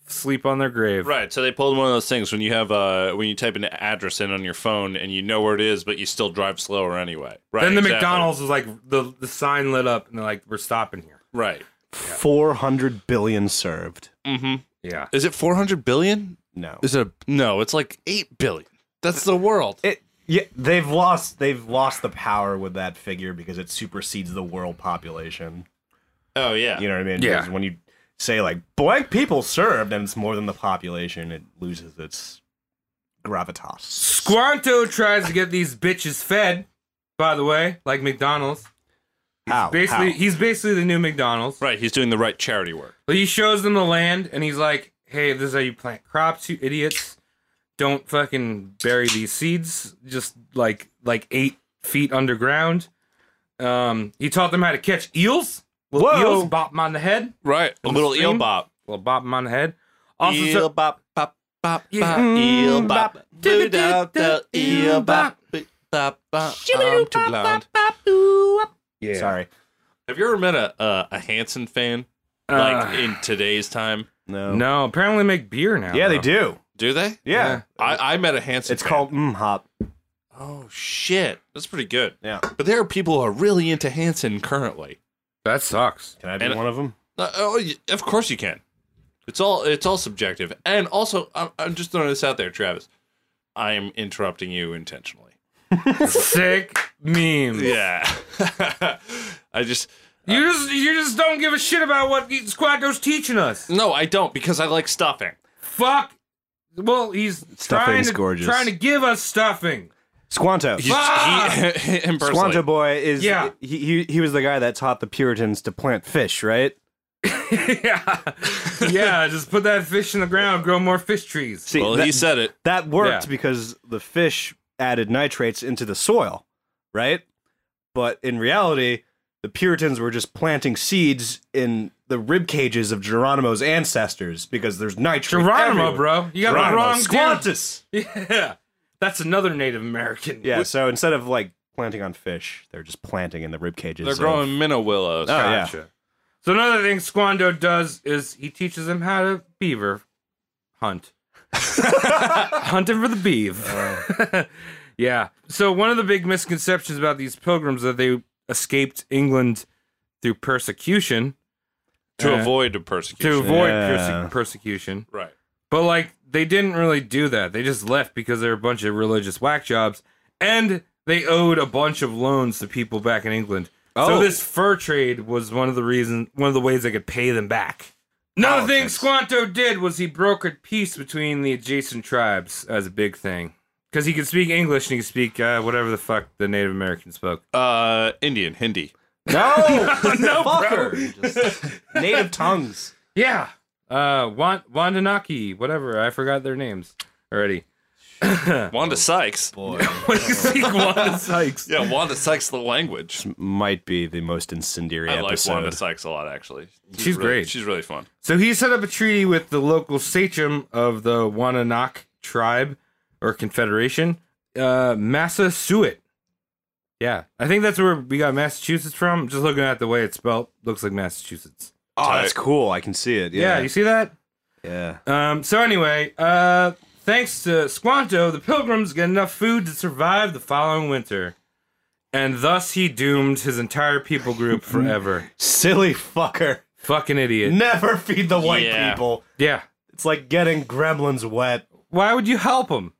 I: sleep on their grave.
G: right, so they pulled one of those things when you have uh when you type an address in on your phone and you know where it is, but you still drive slower anyway. Right.
I: then the
G: exactly.
I: McDonald's was like the the sign lit up, and they're like, "We're stopping here."
G: Right. Mm-hmm.
K: 400 billion served.
I: Yeah.
G: Is it 400 billion?
K: No.
G: Is it a, no, it's like 8 billion. That's the world.
H: It yeah, they've lost they've lost the power with that figure because it supersedes the world population.
G: Oh yeah.
H: You know what I mean?
I: Yeah.
H: Because when you say like blank people served and it's more than the population, it loses its gravitas.
I: Squanto tries to get these bitches fed. By the way, like McDonald's.
H: How?
I: Basically,
H: Oh, How?
I: he's basically the new McDonald's.
G: Right, he's doing the right charity work.
I: But he shows them the land, and he's like, "Hey, this is how you plant crops, you idiots! Don't fucking bury these seeds. Just like like eight feet underground." Um, he taught them how to catch eels. Little
H: Whoa.
I: eels, bop them on the head.
G: Right. A little eel
I: Stream?
G: bop.
I: Little bop them on the head. Also,
G: eel
I: so-
G: bop bop bop
I: Yeah.
G: bop eel Mm, bop
I: Do, do,
G: boot out the
I: do,
G: eel
I: do,
G: bop boot, bop bop I'm um, too blonde.
I: yeah.
H: Sorry.
G: Have you ever met a uh, a Hanson fan like
I: Uh,
G: in today's time?
K: No.
I: no, apparently they make beer now.
H: Yeah, they
I: though.
H: do.
G: Do they?
I: Yeah.
H: Yeah.
G: I, I met a Hanson.
K: It's
G: fan.
K: called Mm Hop.
G: Oh shit, that's pretty good.
H: Yeah.
G: But there are people who are really into Hanson currently.
I: That sucks.
H: Can I be
G: And-
H: one of them?
G: Uh, oh, y- of course you can. It's all it's all subjective, and also I'm, I'm just throwing this out there, Travis. I am interrupting you intentionally.
I: Sick meme.
G: Yeah. [laughs] I just
I: You just you just don't give a shit about what Squanto's teaching us.
G: no, I don't because I like stuffing.
I: Fuck. Well, he's trying
K: Stuffing's
I: to,
K: gorgeous.
I: trying to give us stuffing.
K: Squanto.
G: He's,
I: Fuck!
G: he, [laughs] him personally.
K: Squanto boy is
I: Yeah.
K: he, he he was the guy that taught the Puritans to plant fish, right?
I: yeah. [laughs] yeah, just put that fish in the ground, grow more fish trees.
K: See,
G: Well,
K: that,
G: he said it.
K: that worked
I: Yeah.
K: because the fish added nitrates into the soil, right? But in reality,
H: the Puritans were just planting seeds in the rib cages of Geronimo's ancestors because there's nitrate.
I: Geronimo,
H: everywhere.
I: bro. You got
H: Geronimo.
I: the wrong dude.
H: Squantus.
I: [laughs] Yeah. That's another Native American.
H: Yeah, so instead of like planting on fish, they're just planting in the rib cages.
G: They're
H: of-
G: growing minnow willows.
H: Oh, yeah.
I: Gotcha. So another thing Squando does is he teaches them how to beaver
H: [laughs]
I: hunt. Hunting for the beeve.
H: Oh.
I: [laughs] yeah. So one of the big misconceptions about these pilgrims that they escaped England through persecution
G: To
I: Uh,
G: avoid the
I: to
G: persecution.
I: avoid
H: Yeah.
I: perse- persecution.
G: right.
I: But like they didn't really do that. They just left because they're a bunch of religious whack jobs and they owed a bunch of loans to people back in England. So
G: Oh.
I: this fur trade was one of the reasons one of the ways they could pay them back. Another thing Squanto did was he brokered peace between the adjacent tribes as a big thing. Because he could speak English and he could speak uh, whatever the fuck the Native Americans spoke.
G: Uh, Indian, Hindi.
I: [laughs]
H: No, [laughs] no, native tongues.
I: Yeah. Uh, Wan- Wandanaki, whatever. I forgot their names already.
G: Wanda Sykes.
H: Boy,
I: [laughs] When you [laughs] speak Wanda Sykes.
G: [laughs] Yeah, Wanda Sykes, the language.
H: might be the most incendiary
G: I like
H: episode.
G: Wanda Sykes a lot, actually.
I: She's
G: really-
I: great.
G: She's really fun.
I: So he set up a treaty with the local sachem of the Wananak tribe or confederation, uh, Massasoit. Yeah, I think that's where we got Massachusetts from. Just looking at the way it's spelt, looks like Massachusetts.
H: Oh, that's cool. I can see it.
I: Yeah,
H: Yeah,
I: you see that?
H: yeah.
I: Um, so anyway, uh, thanks to Squanto, the pilgrims get enough food to survive the following winter. And thus he doomed his entire people group forever.
H: Silly fucker.
I: Fucking idiot.
H: Never feed the white
G: Yeah.
H: people.
I: Yeah.
H: It's like getting gremlins wet.
I: Why would you help him?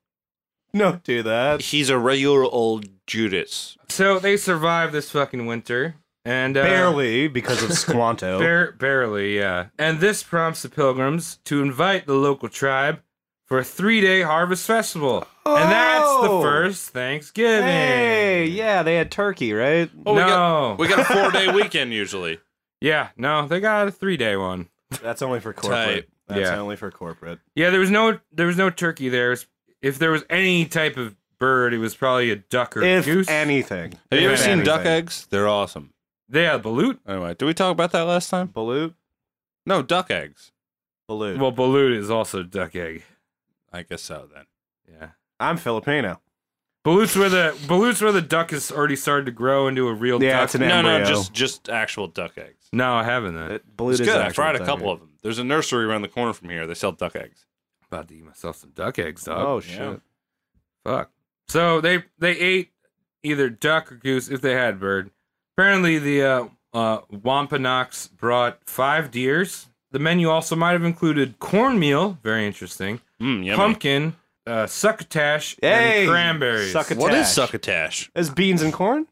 H: Don't do that.
G: He's a regular old Judas.
I: So they survived this fucking winter, and uh,
H: Barely because
G: [laughs]
H: of Squanto.
I: bar- barely, yeah. And this prompts the pilgrims to invite the local tribe for a three-day harvest festival, and that's the
H: Oh!
I: first Thanksgiving.
H: Hey, yeah, they had turkey, right?
G: Oh, we got,
I: no,
G: we got a four day weekend usually.
I: yeah, no, they got a three-day one.
H: That's only for corporate.
G: Tight.
H: That's
I: Yeah.
H: only for corporate.
I: Yeah, there was no, there was no turkey there. If there was any type of bird, it was probably a duck or
H: If
I: goose.
H: anything.
G: [laughs] Have you ever
H: If
G: seen duck
H: anything.
G: eggs? They're awesome.
I: they had a balut.
G: Anyway, did we talk about that last time?
H: Balut?
G: No, duck eggs.
H: Balut.
I: Well, balut is also a duck egg.
G: I guess so then.
I: Yeah.
H: I'm Filipino.
I: Balut's where the balut's where the duck has already started to grow into a real
H: Yeah,
I: duck.
H: it's an
G: No, no,
H: embryo.
G: just just actual duck eggs.
I: No, I haven't. That.
H: It- Balut
G: It's
H: is
G: good. I
H: actually
G: fried a
H: duck
G: couple
H: egg.
G: of them. There's a nursery around the corner from here. They sell duck eggs.
I: About to eat myself some duck eggs, dog.
H: Oh, shit.
G: Yeah.
I: fuck. So they they ate either duck or goose if they had bird. Apparently, the uh, uh, Wampanoags brought five deers. The menu also might have included cornmeal, very interesting,
G: Mm, yummy.
I: pumpkin, uh, succotash,
H: Hey!
I: and cranberries.
H: Succotash.
G: What is succotash?
H: As beans and corn?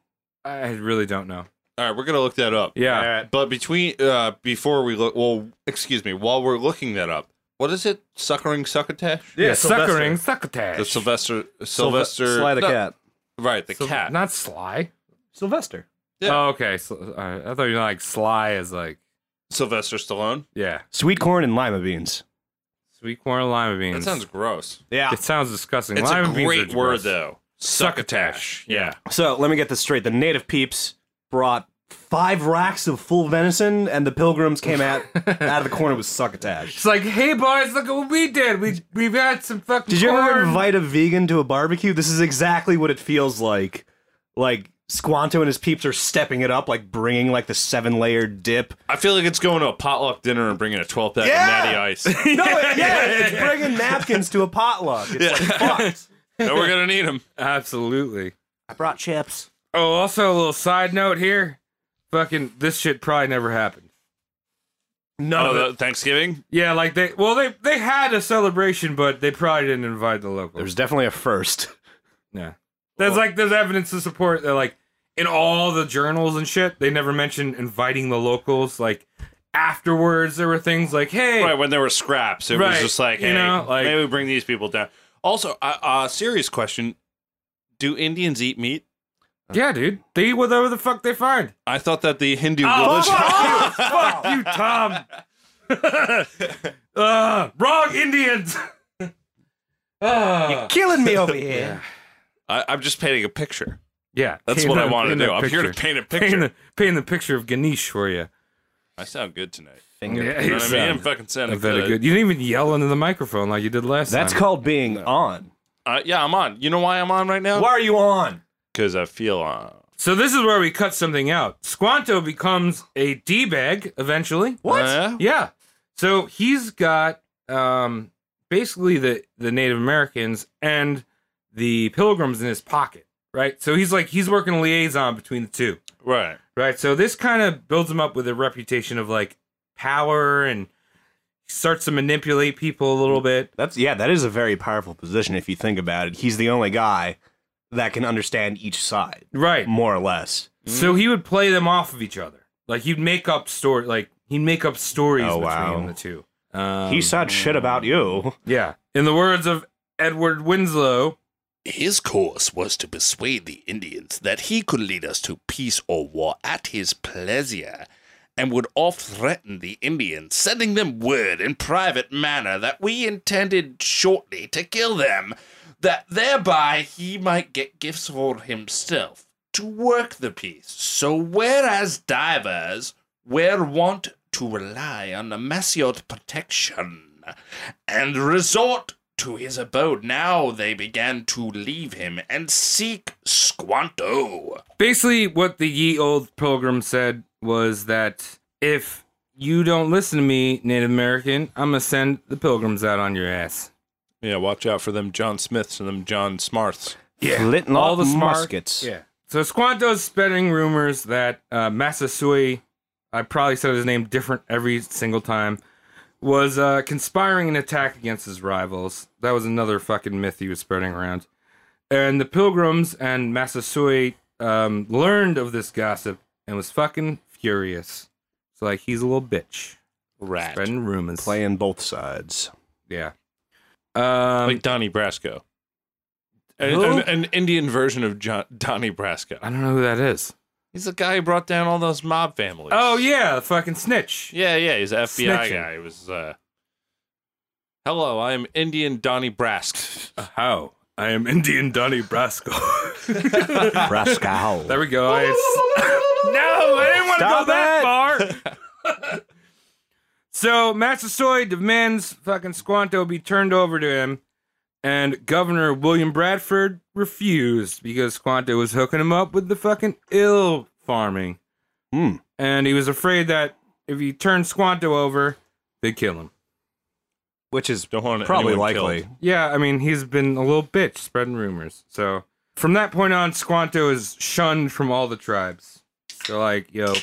I: I really don't know.
G: All right, we're gonna look that up.
I: Yeah.
G: But between uh before we look, well, excuse me, while we're looking that up, what is it? Suckering succotash?
I: Yeah,
H: Sylvester.
I: suckering succotash.
G: The Sylvester Sylvester
H: Sly the
G: no,
H: cat.
G: Right, the
I: Syl-
G: cat.
I: Not sly.
H: Sylvester.
G: Yeah.
I: Oh, okay. So, uh, I thought you were like sly as like,
G: Sylvester Stallone.
I: yeah.
H: Sweet corn and lima beans.
I: Sweet corn and lima
G: That
I: beans.
G: sounds gross.
H: Yeah.
I: It sounds disgusting.
G: It's
I: Lima
G: a
I: beans are
G: great word
I: gross.
G: though.
I: Succotash.
G: Yeah.
H: So let me get this straight. The native peeps brought five racks of full venison, and the pilgrims came [laughs] out out of the corner with succotash.
I: It's like, hey boys, look at what we did. We we've had some fucking.
H: Did you ever
I: corn." [laughs]
H: invite a vegan to a barbecue? This is exactly what it feels like. Like Squanto and his peeps are stepping it up, like bringing like the seven layered dip.
G: I feel like it's going to a potluck dinner and bringing a 12 pack
H: Yeah!
G: of
I: [laughs]
G: natty ice.
H: [laughs] No,
G: [laughs]
H: it, Oh, yeah, it's bringing napkins to a potluck. It's like fucked.
G: no, we're gonna need them.
I: Absolutely.
H: I brought chips.
I: Oh, also a little side note here. Fucking this shit probably never happened.
H: No,
G: Oh, the Thanksgiving.
I: Yeah, like they well they they had a celebration, but they probably didn't invite the locals.
H: there's definitely a first.
I: yeah. There's like there's evidence to support that like in all the journals and shit, they never mentioned inviting the locals. Like afterwards there were things like, hey
G: Right when there were scraps, it was
I: Right,
G: just like,
I: you
G: hey,
I: know, like-
G: maybe we bring these people down. Also, a uh, serious question: Do Indians eat meat?
I: Yeah, dude. They eat whatever the fuck they find.
G: I thought that the Hindu
I: Oh,
G: religion.
I: [laughs] fuck you, fuck you,
G: [laughs]
I: Tom. uh, wrong Indians. Uh,
H: Killing me over here. [laughs]
G: I, I'm just painting a picture.
I: Yeah,
G: That's
I: paint
G: what I
I: a-
G: wanted to
I: paint a
G: do. I'm here to
I: picture.
G: paint a
I: Paint
G: picture.
I: the paint the picture of Ganesh for you.
G: I sound good tonight.
H: Finger.
G: You know what I mean? I'm fucking sounding
I: Is that a
G: good.
I: good? You didn't even yell into the microphone like you did last
H: That's
I: time.
H: called being on.
G: Uh, yeah, I'm on. You know why I'm on right
H: Why
G: now?
H: are you on?
G: Because I feel uh, on.
I: so this is where we cut something out. Squanto becomes a d bag eventually.
H: What?
G: Uh,
I: Yeah. So he's got um, basically the the Native Americans and the Pilgrims in his pocket, right? So he's like he's working a liaison between the two,
G: right.
I: right? So this kind of builds him up with a reputation of like power and starts to manipulate people a little bit.
H: That's yeah. That is a very powerful position if you think about it. He's the only guy that can understand each side,
I: Right.
H: more or less.
I: So he would play them off of each other. Like he'd make up story like he'd make up stories
H: Oh,
I: between
H: wow.
I: the two. Um,
H: he said shit about you.
I: yeah. In the words of Edward Winslow,
B: His course was to persuade the Indians that he could lead us to peace or war at his pleasure, and would oft threaten the Indians, sending them word in private manner that we intended shortly to kill them, that thereby he might get gifts for himself to work the peace. So whereas divers were wont to rely on the Massiot protection and resort to his abode, now they began to leave him and seek Squanto.
I: basically what the ye old pilgrim said was that if you don't listen to me native american i'm gonna send the pilgrims out on your ass
G: Yeah, watch out for them John Smiths and them John Smarts.
H: Yeah, Flintlock
I: all the smart-
H: muskets.
I: yeah so squanto's spreading rumors that uh, massasoit i probably said his name different every single time was uh, conspiring an attack against his rivals that was another fucking myth he was spreading around and the pilgrims and massasoit um, learned of this gossip and was fucking furious so like he's a little bitch
G: Rat.
I: spreading rumors
H: [laughs] playing both sides.
I: yeah um,
G: like Donnie Brasco. An,
I: Who?
G: an, an Indian version of John, Donnie
I: i
G: Brasco.
I: don't know who that is
G: He's the guy who brought down all those mob families.
I: oh yeah the fucking snitch
G: Yeah, yeah, he's an FBI
I: Snitching.
G: guy. He was, uh, hello, I am Indian Donnie Brasco.
I: Uh, How? I am Indian Donnie Brasco. [laughs]
H: [laughs] Rascal.
I: there we go. I- [laughs] no, I didn't want to go
H: Stop
I: that
H: it.
I: far. [laughs] so Massasoit demands fucking Squanto be turned over to him, and Governor William Bradford refused because Squanto was hooking him up with the fucking ill farming.
H: Hmm.
I: And he was afraid that if he turned Squanto over, they'd kill him.
H: Which is
G: Don't want
H: probably
G: anyone
H: likely.
G: killed.
I: Yeah, I mean, he's been a little bitch spreading rumors. So from that point on, Squanto is shunned from all the tribes. They're like, yo,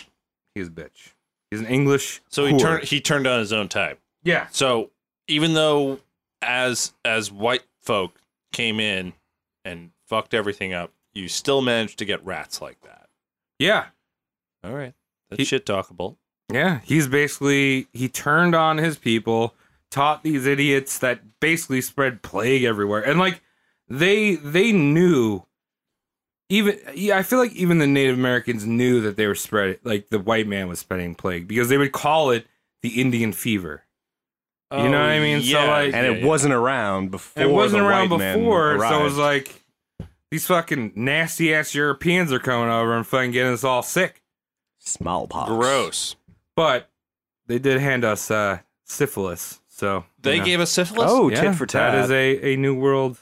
I: he's a bitch. He's an English.
G: So he
I: whore.
G: turned he turned on his own type.
I: Yeah.
G: So even though as as white folk came in and fucked everything up, you still managed to get rats like that.
I: Yeah.
G: All right. That's
I: He-
G: shit talkable.
I: Yeah. He's basically, he turned on his people, taught these idiots that basically spread plague everywhere. And like, they, they knew. Even yeah, I feel like even the Native Americans knew that they were spreading like the white man was spreading plague because they would call it the Indian fever. You know what I mean? So, like-
H: Oh, And it wasn't around before.
I: it wasn't
H: the
I: around
H: white men
I: before, so it
H: arrived.
I: was like these fucking nasty ass Europeans are coming over and fucking getting us all sick.
H: smallpox.
G: gross.
I: But they did hand us uh, syphilis, so you
G: They
I: know.
G: gave us syphilis.
H: Oh,
I: Yeah,
H: tit for tat.
I: That is a a new world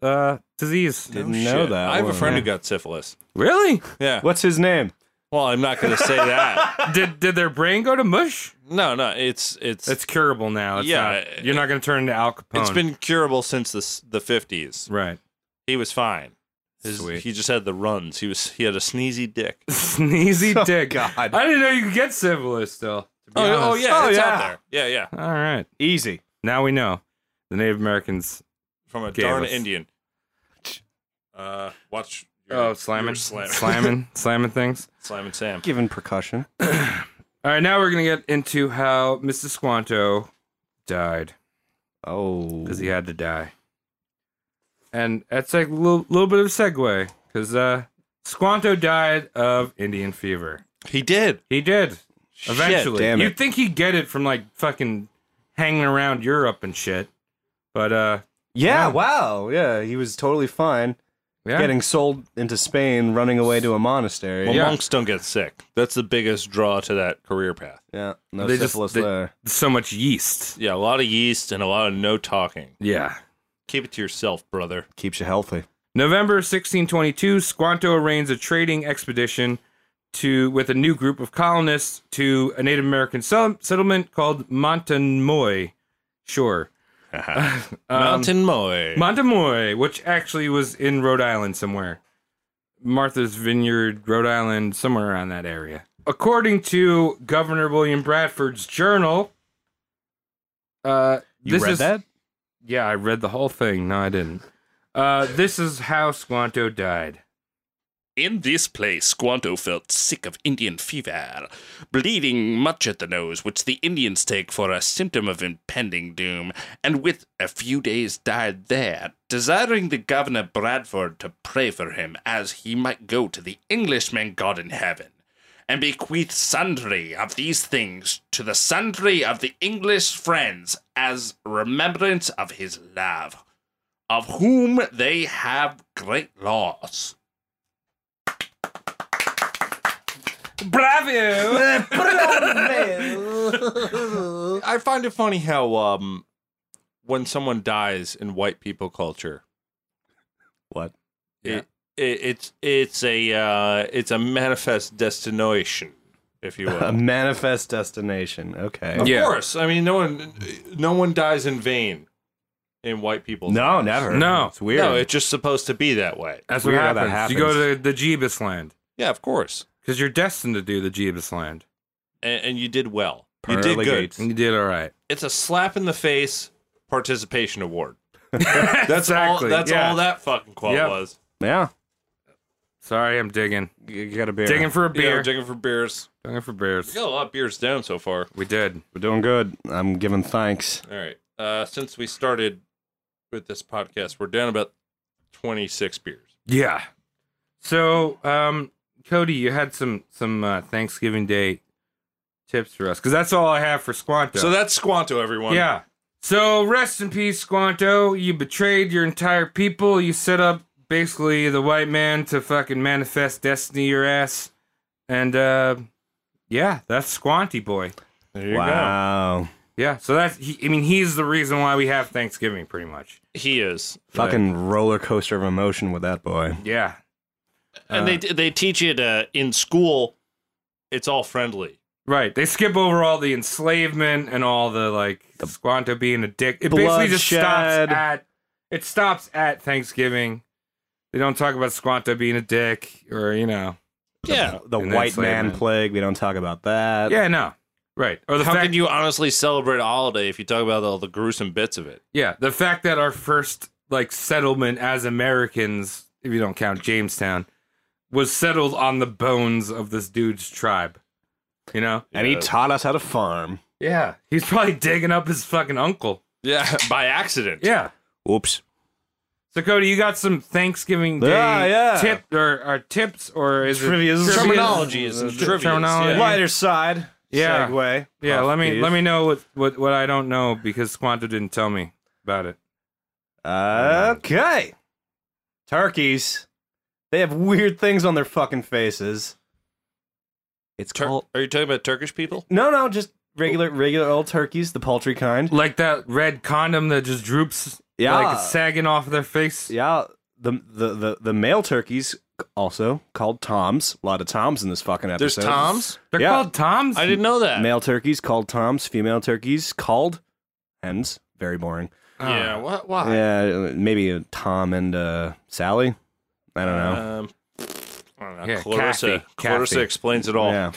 I: uh, disease.
H: Didn't know that.
G: I have a
H: one.
G: friend who got syphilis.
I: Really?
G: Yeah.
H: What's his name?
G: Well, I'm not going to say
H: [laughs]
G: that.
I: did did their brain go to mush?
G: No, no, it's it's
I: It's curable now. It's
G: Yeah,
I: not- you're not going to turn into Al Capone.
G: it's been curable since the s- the 50s.
I: right.
G: He was fine. His-
I: Sweet.
G: He just had the runs. He was he had a sneezy dick.
I: [laughs] [laughs] Sneezy
H: Oh,
I: dick.
H: God.
I: I didn't know you could get syphilis still. to be
G: Oh, oh
I: honest.
G: yeah,
H: Oh,
G: it's out
H: yeah.
G: there. Yeah, yeah.
I: All right.
H: Easy.
I: Now we know. The Native Americans
G: From a
I: Gave
G: darn
I: us-
G: Indian. [laughs] Uh, watch. Your,
I: Oh, slamming,
G: your slam, [laughs]
I: slamming, slamming things.
G: slamming Sam.
H: Given percussion.
I: All right, now we're gonna get into how Mr. Squanto died
H: Oh.
I: because he had to die, and that's like a little, little bit of a segue because uh, Squanto died of Indian fever.
G: He did.
I: He did eventually.
H: damn
I: You'd
H: it.
I: think he'd get it from like fucking hanging around Europe and shit, but uh, Yeah.
H: Yeah, wow. Yeah, he was totally fine.
I: Yeah.
H: getting sold into Spain, running away to a monastery.
G: Well,
I: Yeah.
G: monks don't get sick. That's the biggest draw to that career path.
H: yeah, no
I: They just-
H: syphilis
I: they-
H: there.
I: so much yeast.
G: Yeah, a lot of yeast and a lot of no talking.
I: Yeah.
G: Keep it to yourself, brother.
H: Keeps you healthy.
I: November 1622, Squanto arranges a trading expedition to with a new group of colonists to a Native American sell- settlement called Montanoy.
H: [laughs]
I: Sure.
G: Mountain Moy.
I: Montemoy, Um, which actually was in Rhode Island somewhere. Martha's Vineyard, Rhode Island, somewhere around that area. According to Governor William Bradford's journal, uh,
H: You
I: this
H: read
I: is-
H: that?
I: Yeah, I read the whole thing. No, I didn't. Uh, this is how Squanto died.
B: In this place, Squanto felt sick of Indian fever, bleeding much at the nose, which the Indians take for a symptom of impending doom, and with a few days died there, desiring the governor Bradford to pray for him, as he might go to the Englishman God in heaven, and bequeath sundry of these things to the sundry of the English friends as remembrance of his love, of whom they have great loss.
I: Bravo!
G: I find it funny how um, when someone dies in white people culture,
I: [laughs]
H: What?
G: it, it, it's it's a uh, it's a manifest destination, if you will.
H: A manifest destination. Okay.
G: Of
I: [laughs] Yeah.
G: course. I mean, no one, no one dies in vain in white people.
H: No, never.
I: Oh. No.
H: it's weird.
G: No, it's just supposed to be that way.
I: That's what
H: Weird how
I: happens.
H: that
I: You
H: happens.
I: go to the Jeebus land
G: Yeah, of course.
I: because you're destined to do the Jeebus land.
G: And, and you did well.
H: Per
G: you did
H: early
G: good.
H: gates.
I: And you did all right.
G: It's a slap in the face participation award. that's all.
I: Exactly,
G: That's
I: yeah.
G: all that fucking quote
I: Yep.
G: was.
H: yeah.
I: Sorry, I'm digging.
H: You, you got a beer.
I: Digging for a
G: You know,
I: beer.
G: drinking for beers.
I: digging for beers.
G: We got a lot of beers down so far.
I: We did.
H: We're doing good. I'm giving thanks.
G: All right. Uh, since we started with this podcast, we're down about twenty six beers.
I: Yeah. So, um, Cody, you had some some uh, Thanksgiving Day tips for us because that's all I have for Squanto.
G: So that's Squanto, everyone.
I: yeah. So rest in peace, Squanto. You betrayed your entire people. You set up basically the white man to fucking manifest destiny your ass. And uh, yeah, that's Squanty boy.
G: There you
H: wow.
I: Yeah. So that's he, I mean he's the reason why we have Thanksgiving pretty much.
G: go. He is.
H: Fucking roller coaster of emotion with that boy.
I: Yeah.
H: uh,
G: and they they teach it uh, in school. It's all friendly.
I: Right. They skip over all the enslavement and all the like Squanto being a dick. It basically just
H: bloodshed.
I: stops at it stops at Thanksgiving. They don't talk about Squanto being a dick or you know.
G: Yeah.
H: The
I: And
H: white
I: that's like,
H: man
I: man.
H: plague. We don't talk about that.
I: Yeah, no. Right. Or the
G: Uh, How
I: fact
G: can you honestly celebrate a holiday if you talk about all the gruesome bits of it?
I: Yeah, the fact that our first like settlement as Americans, if you don't count Jamestown, was settled on the bones of this dude's tribe. You know?
H: And he taught us how to farm.
I: Yeah. He's probably digging up his fucking uncle.
G: Yeah, [laughs] by accident.
I: Yeah.
H: Oops.
I: So Cody, you got some Thanksgiving Day
G: Ah,
H: Yeah, yeah.
I: tip or, or tips or is
H: Trivias.
I: it
G: Terminology is
I: Trivias?
G: trivias,
I: Terminology.
G: Yeah.
H: Lighter side.
I: Yeah.
H: Segue.
I: Yeah,
H: Puff
I: let me
H: piece.
I: let me know what, what, what I don't know because Squanto didn't tell me about it.
H: Okay. Turkeys. They have weird things on their fucking faces. It's
G: Tur-
H: called
G: are you talking about Turkish people?
H: No, no, just regular regular old turkeys, the poultry kind.
I: Like that red condom that just droops
H: Yeah.
I: like it's sagging off of their face.
H: Yeah, the the the, the male turkeys also called toms. A lot of toms in this fucking episode.
G: There's Toms.
I: They're
H: Yeah.
I: called Toms.
G: I didn't know that.
H: Male turkeys called toms. Female turkeys called hens. Very boring.
G: Yeah. What? Why?
H: Yeah, maybe a Tom and uh, Sally. I don't know.
G: Um, I don't know.
I: Yeah,
G: Clarissa.
I: Kathy.
G: Clarissa
I: Kathy.
G: explains it all.
H: yeah.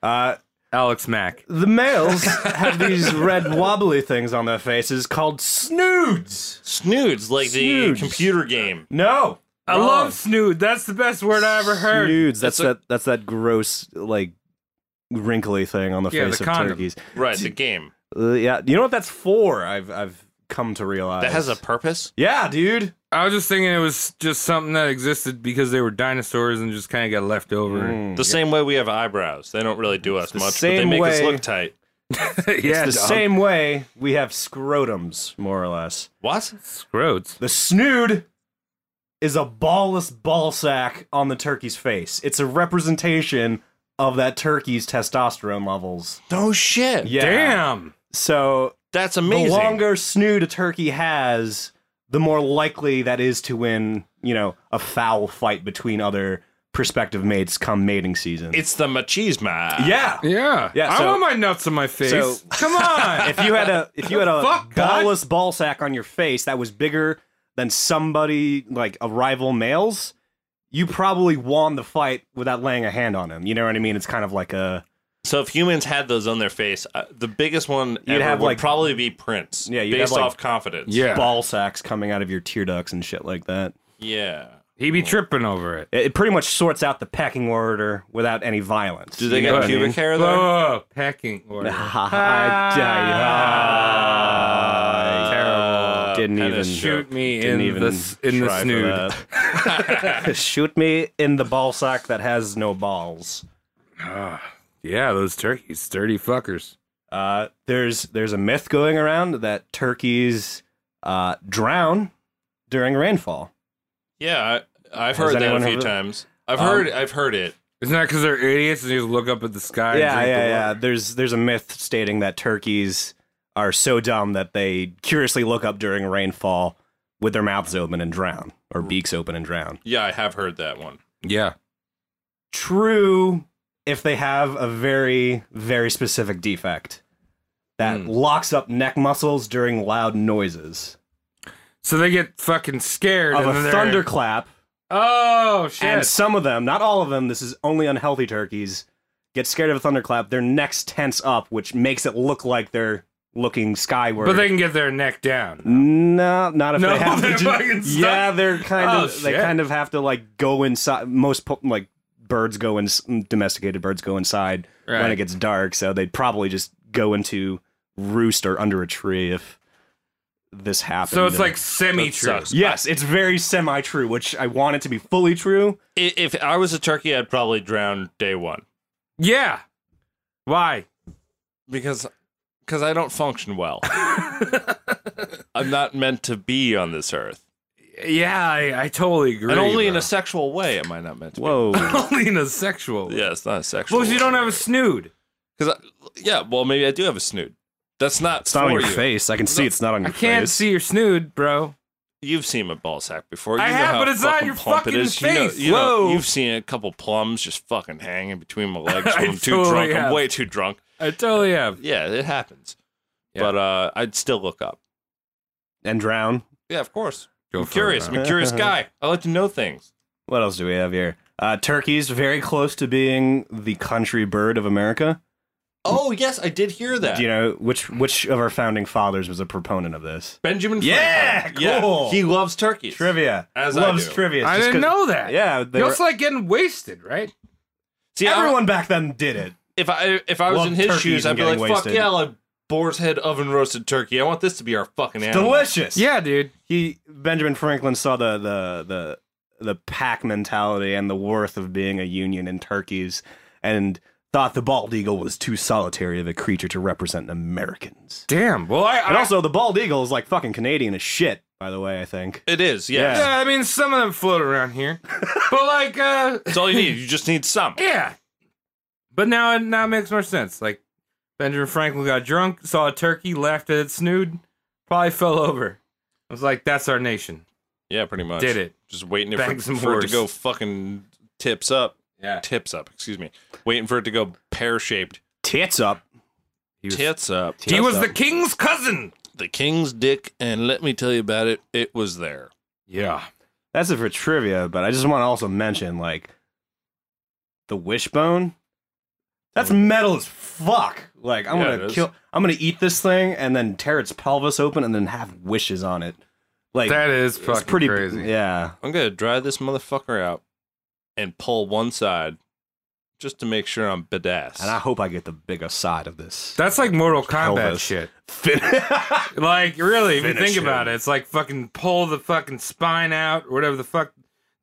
H: Uh,
I: Alex Mack.
H: the males have [laughs] these red wobbly things on their faces called snoods.
G: Snoods, like
H: Snoods.
G: the computer game.
H: No,
I: I love snood. That's the best word I ever heard.
H: Snoods. That's,
G: That's a-
H: that. That's that gross like wrinkly thing on the
I: Yeah,
H: face
I: the
H: of
I: condom.
H: turkeys.
G: Right, the game.
H: Uh, yeah, you know what that's for? I've I've come to realize
G: That has a purpose?
H: yeah, dude.
I: I was just thinking it was just something that existed because they were dinosaurs and just kind of got left over. [laughs]
H: Mm.
G: The same way we have eyebrows. They don't really do us
H: the
G: much, but they
H: same
G: make us
H: way-
G: look tight.
I: yeah,
H: It's the
I: dog.
H: same way we have scrotums, more or less.
G: What?
I: Scrotes.
H: The snood is a ballless ball sack on the turkey's face. It's a representation of that turkey's testosterone levels.
B: No shit.
H: Yeah.
I: Damn.
H: So
B: That's amazing.
H: the longer snoot a turkey has, the more likely that is to win, you know, a foul fight between other prospective mates come mating season.
B: it's the machismo.
H: yeah.
I: Yeah.
H: Yeah,
I: I
H: so-
I: want my nuts in my face.
H: So- [laughs]
I: Come on.
H: If you had a if you had a
I: Fuck, God.
H: ballless ball sack on your face that was bigger than somebody like a rival male's, you probably won the fight without laying a hand on him. You know what I mean? It's kind of like a
G: So if humans had those on their face, uh, the biggest one
H: You'd
G: ever
H: have,
G: would
H: like-
G: probably be Prince.
H: Yeah, you'd
G: based
H: have, like-
G: off confidence.
I: yeah.
H: ball sacks coming out of your tear ducts and shit like that.
G: yeah.
I: He be tripping over it.
H: It, it pretty much sorts out the pecking order without any violence.
G: Do they
H: You know
G: got
H: what I mean?
G: pubic
H: [laughs]
I: Whoa,
G: hair
H: Oh.
G: though?
I: whoa, whoa. packing Oh, order. Ah.
H: I, I,
I: Terrible.
H: didn't
G: Kinda
H: even [laughs]
I: Shoot me
H: didn't
I: in
H: even
I: the s- in the
H: try for
I: snood. [laughs]
H: [laughs] that. Shoot me in the ball sack that has no balls.
I: Ah, Yeah, those turkeys, sturdy fuckers.
H: Uh, there's there's a myth going around that turkeys uh, drown during rainfall.
G: Yeah, I, I've
H: Has
G: heard that a
H: anyone
G: few
H: heard of it?
G: times. I've
H: Um,
G: heard I've heard it.
I: Isn't that because they're idiots and they just look up at the sky? and
H: yeah,
I: drink
H: yeah,
I: the
H: yeah.
I: water?
H: There's there's a myth stating that turkeys are so dumb that they curiously look up during rainfall with their mouths open and drown, or beaks open and drown.
G: Yeah, I have heard that one.
I: Yeah.
H: True, if they have a very very specific defect that
I: Hmm.
H: locks up neck muscles during loud noises
I: So they get fucking scared
H: of
I: and then
H: a
I: they're-
H: thunderclap,
I: Oh shit!
H: and some of them, not all of them, this is only unhealthy turkeys, get scared of a thunderclap. Their necks tense up, which makes it look like they're looking skyward.
I: but they can get their neck down.
H: No, not if
I: No,
H: they
I: [laughs]
H: have
I: they're
H: to. do-
I: fucking stuck.
H: Yeah, they're kind
I: Oh,
H: of they
I: shit.
H: kind of have to like go inside. Most po- like birds go in domesticated birds go inside when
I: Right.
H: it gets dark, so they'd probably just go into roost or under a tree if this happened.
I: So it's like semi-true.
G: That sucks.
H: yes, it's very semi true, which I want it to be
I: [laughs]
H: fully true.
G: I- If I was a turkey, I'd probably drown day one
I: Yeah. Why?
G: because because I don't
I: [laughs]
G: function well. I'm not meant to be on this earth,
I: Yeah, I, I totally agree.
G: and only in
I: [laughs] bro.
G: a sexual way am I not meant to.
H: Whoa,
I: only in a sexual.
G: Be. Yeah, it's not a sexual.
I: Well, 'cause you don't have a snood.
G: Because yeah, well maybe I do have a snoot. That's not
H: it's not on
G: for
H: your
G: you.
H: face. I can see it's not on
I: I
H: your
I: can't
H: face.
I: see your snood, bro.
G: You've seen my ball sack before. You
I: I
G: know
I: have,
G: how
I: but it's not
G: fucking
I: your
G: plump
I: fucking
G: it is. You know-
I: face.
G: you know-
I: Whoa.
G: you've seen a couple plums just fucking hanging between
I: [laughs]
G: my legs.
I: I
G: when I'm too
I: totally
G: drunk.
I: have.
G: I'm way too drunk.
I: I totally have.
G: Yeah, it happens.
I: Yeah.
G: But uh, I'd still look up.
H: and drown.
G: Yeah, of course.
I: Go
G: I'm
I: for it,
G: curious.
I: man.
G: I'm
I: [laughs]
G: a curious guy. I like to know things.
H: What else do we have here? Uh, turkeys very close to being the country bird of America.
G: Oh yes, I did hear that.
H: Do you know which which of our founding fathers was a proponent of this?
G: Benjamin.
H: Yeah,
G: Franklin.
H: cool.
G: He loves turkeys.
H: Trivia.
G: As I
H: Loves
G: do.
H: trivia. It's
I: I
H: just
I: didn't
H: 'cause-
I: know that.
H: Yeah, they
I: They
H: were-
I: also like getting wasted, right?
G: See, I-
H: everyone back then did it.
G: if I if I was
H: Love
G: in his
H: turkeys
G: shoes, I'd
H: and
G: be like,
H: getting
G: fuck
H: wasted.
G: yeah, I like boar's head oven roasted turkey. I want this to be our fucking animal.
H: Delicious.
I: Yeah, dude.
H: He Benjamin Franklin saw the the the the pack mentality and the worth of being a union in turkeys and thought the bald eagle was too solitary of a creature to represent Americans.
I: Damn. Well, I,
H: And
I: I
H: also the bald eagle is like fucking Canadian as shit, by the way, I think.
G: It is. Yes.
H: Yeah.
I: Yeah, Uh, I mean, some of them float around [laughs] here, but like, uh,
G: It's all you need. You just need some.
I: yeah. But now, it now it makes more sense. Like, Benjamin Franklin got drunk, saw a turkey, laughed at its snood, probably fell over. I was like, "That's our nation."
G: Yeah, pretty much.
I: Did it.
G: Just waiting
I: Bang
G: for,
I: some
G: for it to
I: horse.
G: go fucking tips up.
I: Yeah,
G: Tips up, excuse me. Waiting for it to go pear shaped.
H: Tits up.
I: he was,
G: Tits up.
I: he was the king's cousin.
G: The king's dick, and let me tell you about it, it was there.
I: Yeah,
H: That's it for trivia, but I just want to also mention like the wishbone. That's
I: Oh,
H: metal as fuck. Like I'm
G: Yeah, it
H: gonna
G: is.
H: kill. I'm gonna eat this thing and then tear its pelvis open and then have wishes on it. Like
I: that is
H: it's
I: fucking
H: pretty
I: crazy.
H: Yeah,
G: I'm gonna dry this motherfucker out and pull one side just to make sure I'm badass.
H: and I hope I get the bigger side of this.
I: That's like Mortal Kombat
H: Pelvis.
I: shit.
H: Fin- [laughs]
I: Like, really, if you
H: Finish
I: think
H: him.
I: about it, it's like fucking pull the fucking spine out, or whatever the fuck.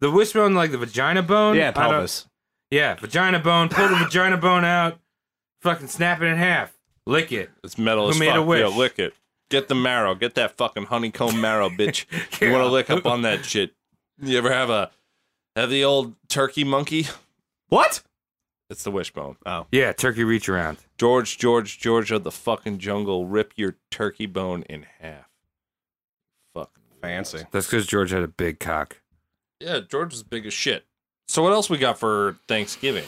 I: The wishbone, like the vagina bone.
H: yeah,
I: I don't-
H: pelvis.
I: Yeah, vagina bone. Pull the vagina bone out. Fucking snap it in half. Lick it.
G: it's metal
I: Who
G: as
I: made
G: fuck.
I: a wish?
G: Yeah,
I: [laughs]
G: lick it. Get the marrow. Get that fucking honeycomb marrow, bitch. You
I: Yeah.
G: wanna lick up on that shit. You ever have a have the old turkey monkey?
H: What?
G: It's the wishbone.
I: Yeah, turkey reach around.
G: George, George, George of the fucking jungle, rip your turkey bone in half. Fucking
H: Fancy.
I: That's because George had a big cock.
G: Yeah, George is big as shit. So what else we got for Thanksgiving?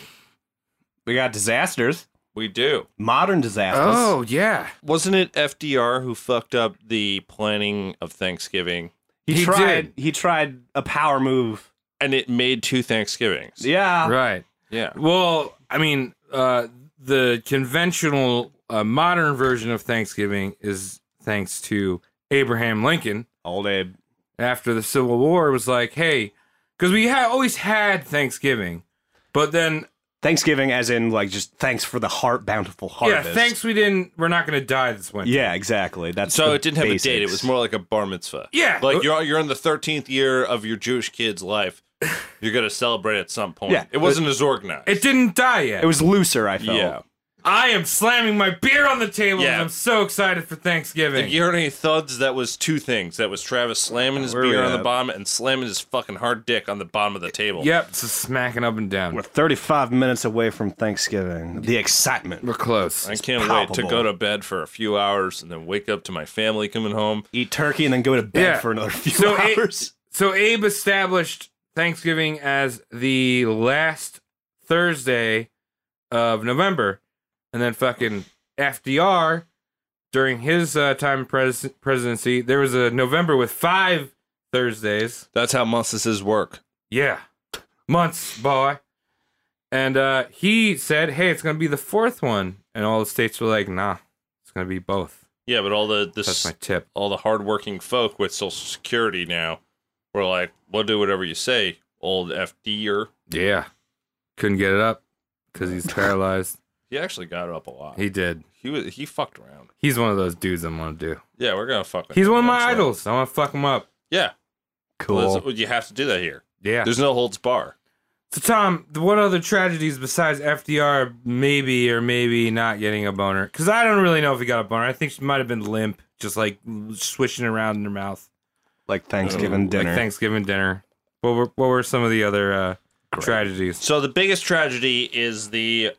H: We got disasters.
G: We do.
H: Modern disasters.
I: Oh yeah,
G: Wasn't it FDR who fucked up the planning of Thanksgiving?
H: he,
I: he
H: tried.
I: did.
H: He tried a power move.
G: And it made two Thanksgivings.
H: Yeah.
I: right.
G: Yeah.
I: Well, I mean, uh, the conventional uh, modern version of Thanksgiving is thanks to Abraham Lincoln
H: Old Abe.
I: after the Civil War was like, hey, because we ha- always had Thanksgiving, but then
H: Thanksgiving, as in like just thanks for the heart bountiful harvest.
I: yeah, thanks we didn't. We're not going to die this winter.
H: Yeah, exactly. That's
G: So
H: the
G: it didn't have a date. It
H: basics.
G: was more like a bar mitzvah.
I: Yeah.
G: Like you're you're in the thirteenth year of your Jewish kid's life. You're gonna celebrate at some point.
H: Yeah.
G: It wasn't as organized.
I: It didn't die yet.
H: It was looser. I felt.
G: yeah.
I: I am slamming my beer on the table.
G: Yeah.
I: and I'm so excited for Thanksgiving.
G: If you heard any thuds, that was two things. That was Travis slamming his
H: Where we
G: beer on the
H: at?
G: bottom and slamming his fucking hard dick on the bottom of the table.
I: Yep, it's just smacking up and down.
H: We're
I: We're,
H: 35 minutes away from Thanksgiving. The excitement.
I: close.
G: I can't wait to
H: palpable.
G: go to bed for a few hours and then wake up to my family coming home.
H: Eat turkey and then go to bed
I: Yeah.
H: for another few
I: So it-
H: hours. [laughs]
I: So Abe established Thanksgiving as the last Thursday of November, and then fucking FDR during his uh, time in pres- presidency, there was a November with five Thursdays.
G: That's how Moses' work.
I: Yeah, months, boy. And uh, he said, "Hey, it's gonna be the fourth one," and all the states were like, "Nah, it's gonna be both."
G: Yeah, but all the
I: That's
G: this
I: my tip.
G: all the hardworking folk with Social Security now were like, "We'll do whatever you say, old FDer."
I: Yeah, couldn't get it up because he's paralyzed.
G: He actually got up a lot. He
I: he did.
G: he, was, he fucked around.
I: He's one of those dudes I want to do.
G: Yeah, we're gonna fuck. with
I: He's
G: him
I: one of my
G: eventually.
I: idols. I want to fuck him up.
G: Yeah,
H: Cool.
G: That's- you have to do that here.
I: Yeah.
G: There's no holds bar.
I: so Tom, th- what other tragedies besides FDR maybe or maybe not getting a boner? Because I don't really know if he got a boner. I think she might have been limp, just like swishing around in her mouth.
H: like
G: Oh,
H: Thanksgiving dinner.
I: Oh, Like Thanksgiving dinner. What were what were some of the other uh, tragedies?
G: So the biggest tragedy is the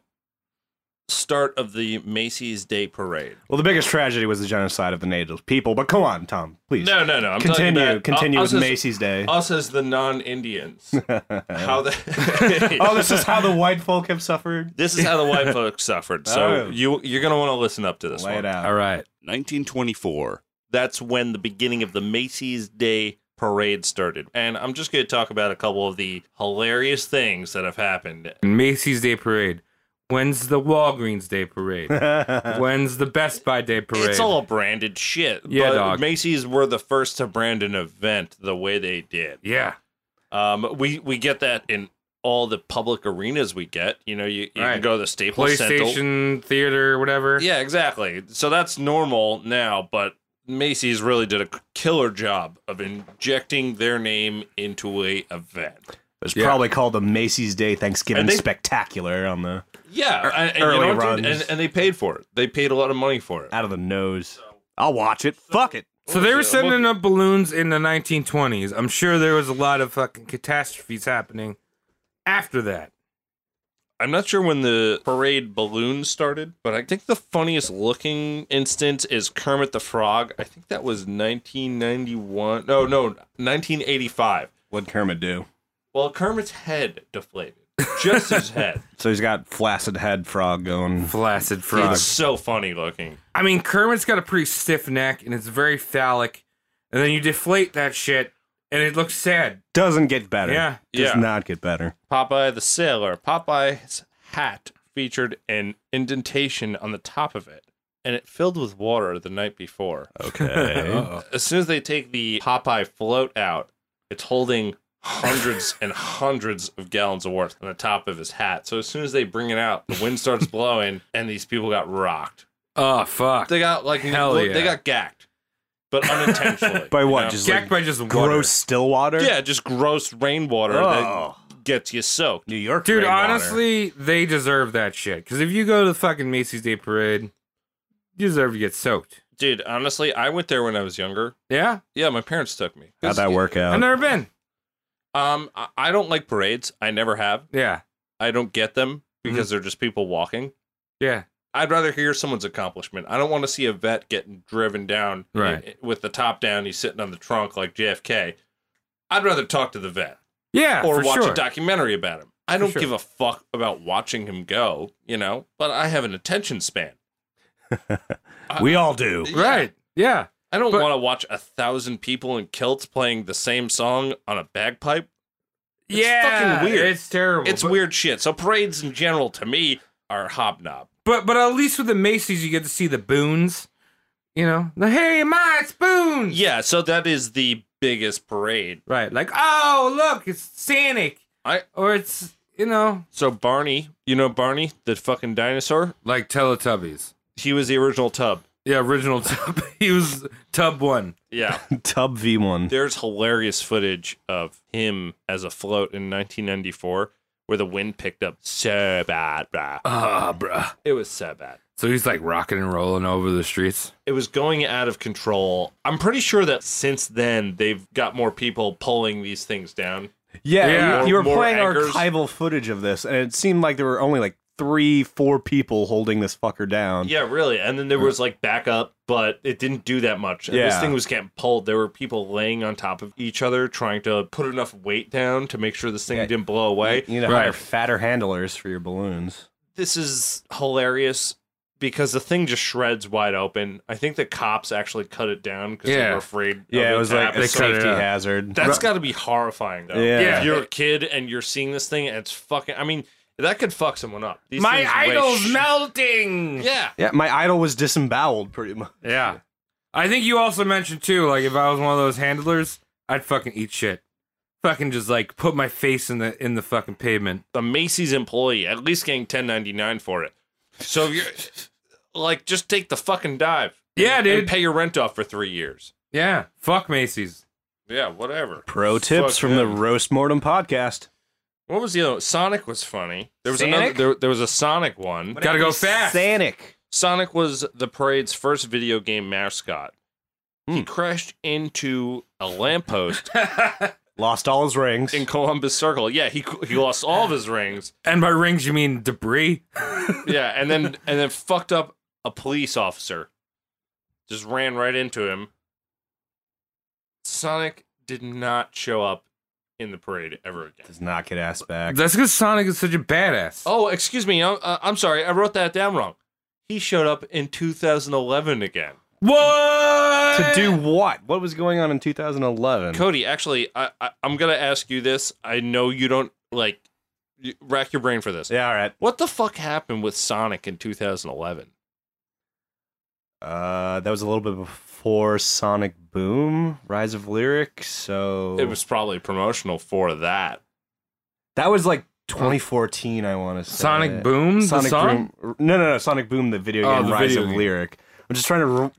G: start of the Macy's Day Parade.
H: well, the biggest tragedy was the genocide of the native people. But come on, Tom, please.
G: No, no, no. I'm talking
H: continue.
G: about
H: continue
G: us
H: with
G: as-
H: Macy's Day.
G: Us as the
H: [laughs]
G: non-Indians. How the [laughs]
H: oh, this is how the white folk have suffered.
G: This is how the white folks suffered. So
H: Oh.
G: you you're gonna want to listen up to this
H: Lay
G: one.
H: it out.
I: All right.
B: 1924.
G: That's when the beginning of the Macy's Day Parade started, and I'm just gonna talk about a couple of the hilarious things that have happened.
I: Macy's Day Parade. When's the Walgreens Day [laughs] Parade?
H: [laughs]
I: When's the Best Buy Day Parade?
G: It's all branded shit.
I: Yeah,
G: but
I: dog.
G: Macy's were the first to brand an event the way they did.
I: yeah.
G: Um, we we get that in all the public arenas we get. You know, you, you
I: Right.
G: can go to the Staples Center.
I: PlayStation Theater, whatever.
G: Yeah, exactly. So that's normal now, but Macy's really did a killer job of injecting their name into a event.
H: It's
I: Yeah.
H: probably called the Macy's Day Thanksgiving
G: And they-
H: Spectacular on the
G: Yeah, and, and you
H: early
G: know what, dude?
H: runs.
G: and, and they paid for it. They paid a lot of money for it.
H: out of the nose. I'll watch it. Fuck it.
I: So they were
G: was it? What-
I: sending up balloons in the 1920s. I'm sure there was a lot of fucking catastrophes happening after that.
G: I'm not sure when the parade balloon started, but I think the funniest looking instance is Kermit the Frog. I think that was 1991. No, no, 1985.
H: What'd Kermit do?
G: Well, Kermit's head deflated, just
H: [laughs]
G: his head.
H: So he's got flaccid head frog going.
I: Flaccid frog.
G: It's so funny looking.
I: I mean, Kermit's got a pretty stiff neck and it's very phallic. And then you deflate that shit and it looks sad.
H: Doesn't get better.
I: Yeah.
H: Does
G: Yeah.
H: not get better.
G: Popeye the Sailor. Popeye's hat featured an indentation on the top of it, and it filled with water the night before. [laughs]
H: Oh. Okay.
G: As soon as they take the Popeye float out, it's holding hundreds
H: [sighs]
G: and hundreds of gallons of water on the top of his hat. So as soon as they bring it out, the wind
H: [laughs]
G: starts blowing, and these people got rocked.
I: Oh, fuck.
G: They got like
I: Hell
G: they
I: yeah.
G: got gacked, but unintentionally.
H: [laughs] By
G: you
H: what?
G: know?
H: Just
I: Jacked by
H: like
I: just water.
H: gross still water?
G: yeah, just gross rainwater
H: Oh.
G: that gets you soaked.
H: New York.
I: Dude,
H: rainwater.
I: honestly, they deserve that shit. Because if you go to the fucking Macy's Day Parade, you deserve to get soaked.
G: Dude, honestly, I went there when I was younger.
I: Yeah?
G: Yeah, my parents took me.
H: How'd that work out?
I: I've never been.
G: Um, I- I don't like parades. I never have.
I: Yeah.
G: I don't get them
I: Mm-hmm.
G: because they're just people walking.
I: Yeah.
G: I'd rather hear someone's accomplishment. I don't want to see a vet getting driven down
I: Right.
G: i- with the top down. He's sitting on the trunk like JFK. I'd rather talk to the vet
I: Yeah.
G: or
I: for
G: watch
I: sure.
G: a documentary about him. I don't
I: sure.
G: give a fuck about watching him go, you know, but I have an attention span.
H: we all do. [laughs]
I: Right. Yeah.
G: I don't
I: But-
G: want to watch a thousand people in kilts playing the same song on a bagpipe. It's
I: yeah.
G: fucking weird.
I: It's terrible.
G: It's
I: but,
G: weird shit. So parades in general, to me, are hobnob.
I: But but at least with the Macy's, you get to see the boons. You know, the hey, my it's boons.
G: Yeah, so that is the biggest parade.
I: Right. Like, oh look, it's Sonic.
G: I-
I: or it's you know
G: So Barney, you know Barney, the fucking dinosaur.
I: like Teletubbies.
G: He was the original tub.
I: Yeah, original [laughs] tub. he was tub one.
G: Yeah,
H: Tub
G: [laughs]
H: V1.
G: there's hilarious footage of him as a float in 1994 where the wind picked up so bad, bruh.
I: Ah, bruh.
G: It was so bad.
I: So he's like rocking and rolling over the streets.
G: It was going out of control. I'm pretty sure that since then they've got more people pulling these things down.
H: Yeah,
I: Yeah.
H: You, you were
G: More
H: playing
G: anchors.
H: archival footage of this, and it seemed like there were only like three, four people holding this fucker down.
G: Yeah, really. And then there was like backup, but it didn't do that much. And This
H: Yeah.
G: thing was getting pulled. There were people laying on top of each other trying to put enough weight down to make sure this thing didn't blow away.
H: You need to
I: Right.
H: hire fatter handlers for your balloons.
G: This is hilarious because the thing just shreds wide open. I think the cops actually cut it down because they
I: Yeah.
G: were afraid.
H: Yeah,
G: of
H: it was
G: to
H: like
G: happen.
H: a
G: So
I: cut it
H: safety
I: out.
H: hazard.
G: That's got to be horrifying, though.
H: Yeah.
I: Yeah.
G: If you're a kid and you're seeing this thing, and it's fucking. I mean, that could fuck someone up. These
I: My
G: things weigh
I: idol's
G: sh-
I: melting.
G: Yeah.
H: yeah, my idol was disemboweled pretty much.
I: Yeah. I think you also mentioned too, like if I was one of those handlers, I'd fucking eat shit. Fucking just like put my face in the in the fucking pavement.
G: a Macy's employee, at least getting ten ninety nine for it. So you're like, just take the fucking dive.
I: Yeah,
G: And
I: dude.
G: pay your rent off for three years.
I: Yeah. Fuck Macy's.
G: Yeah, whatever.
H: Pro tips
G: Fuck
H: from the
G: them.
H: Roast Mortem podcast.
G: What was the other? one? Sonic was funny. There was another.
H: Sonic?
G: There, there was a Sonic one.
I: Gotta go fast.
H: Sanic.
G: Sonic was the parade's first video game mascot.
H: Hmm.
G: He crashed into a lamppost
H: Lost all his rings.
G: in [laughs] Columbus Circle. Yeah, he he lost all of his rings.
I: and by rings you mean debris.
G: Yeah, and then and then fucked up a police officer. Just ran right into him. Sonic did not show up in the parade ever again.
H: [laughs] Does not get ass back.
I: That's because Sonic is such a badass.
G: Oh, excuse me. I'm, uh, I'm sorry. I wrote that down wrong. He showed up in 2011 again.
I: What
H: to do what? What was going on in 2011?
G: Cody, actually, I, I I'm gonna ask you this. I know you don't like you, rack your brain for this.
H: yeah, all right.
G: What the fuck happened with Sonic in 2011?
H: Uh, that was a little bit before Sonic Boom, Rise of Lyric. So
G: It was probably promotional for that.
H: that was like 2014. I want to say
I: Sonic Boom, the
H: Sonic
I: song?
H: Boom. No, no, no. Sonic Boom, the video
I: Oh,
H: game,
I: the
H: Rise
I: video
H: of
I: game.
H: Lyric. I'm just trying to. r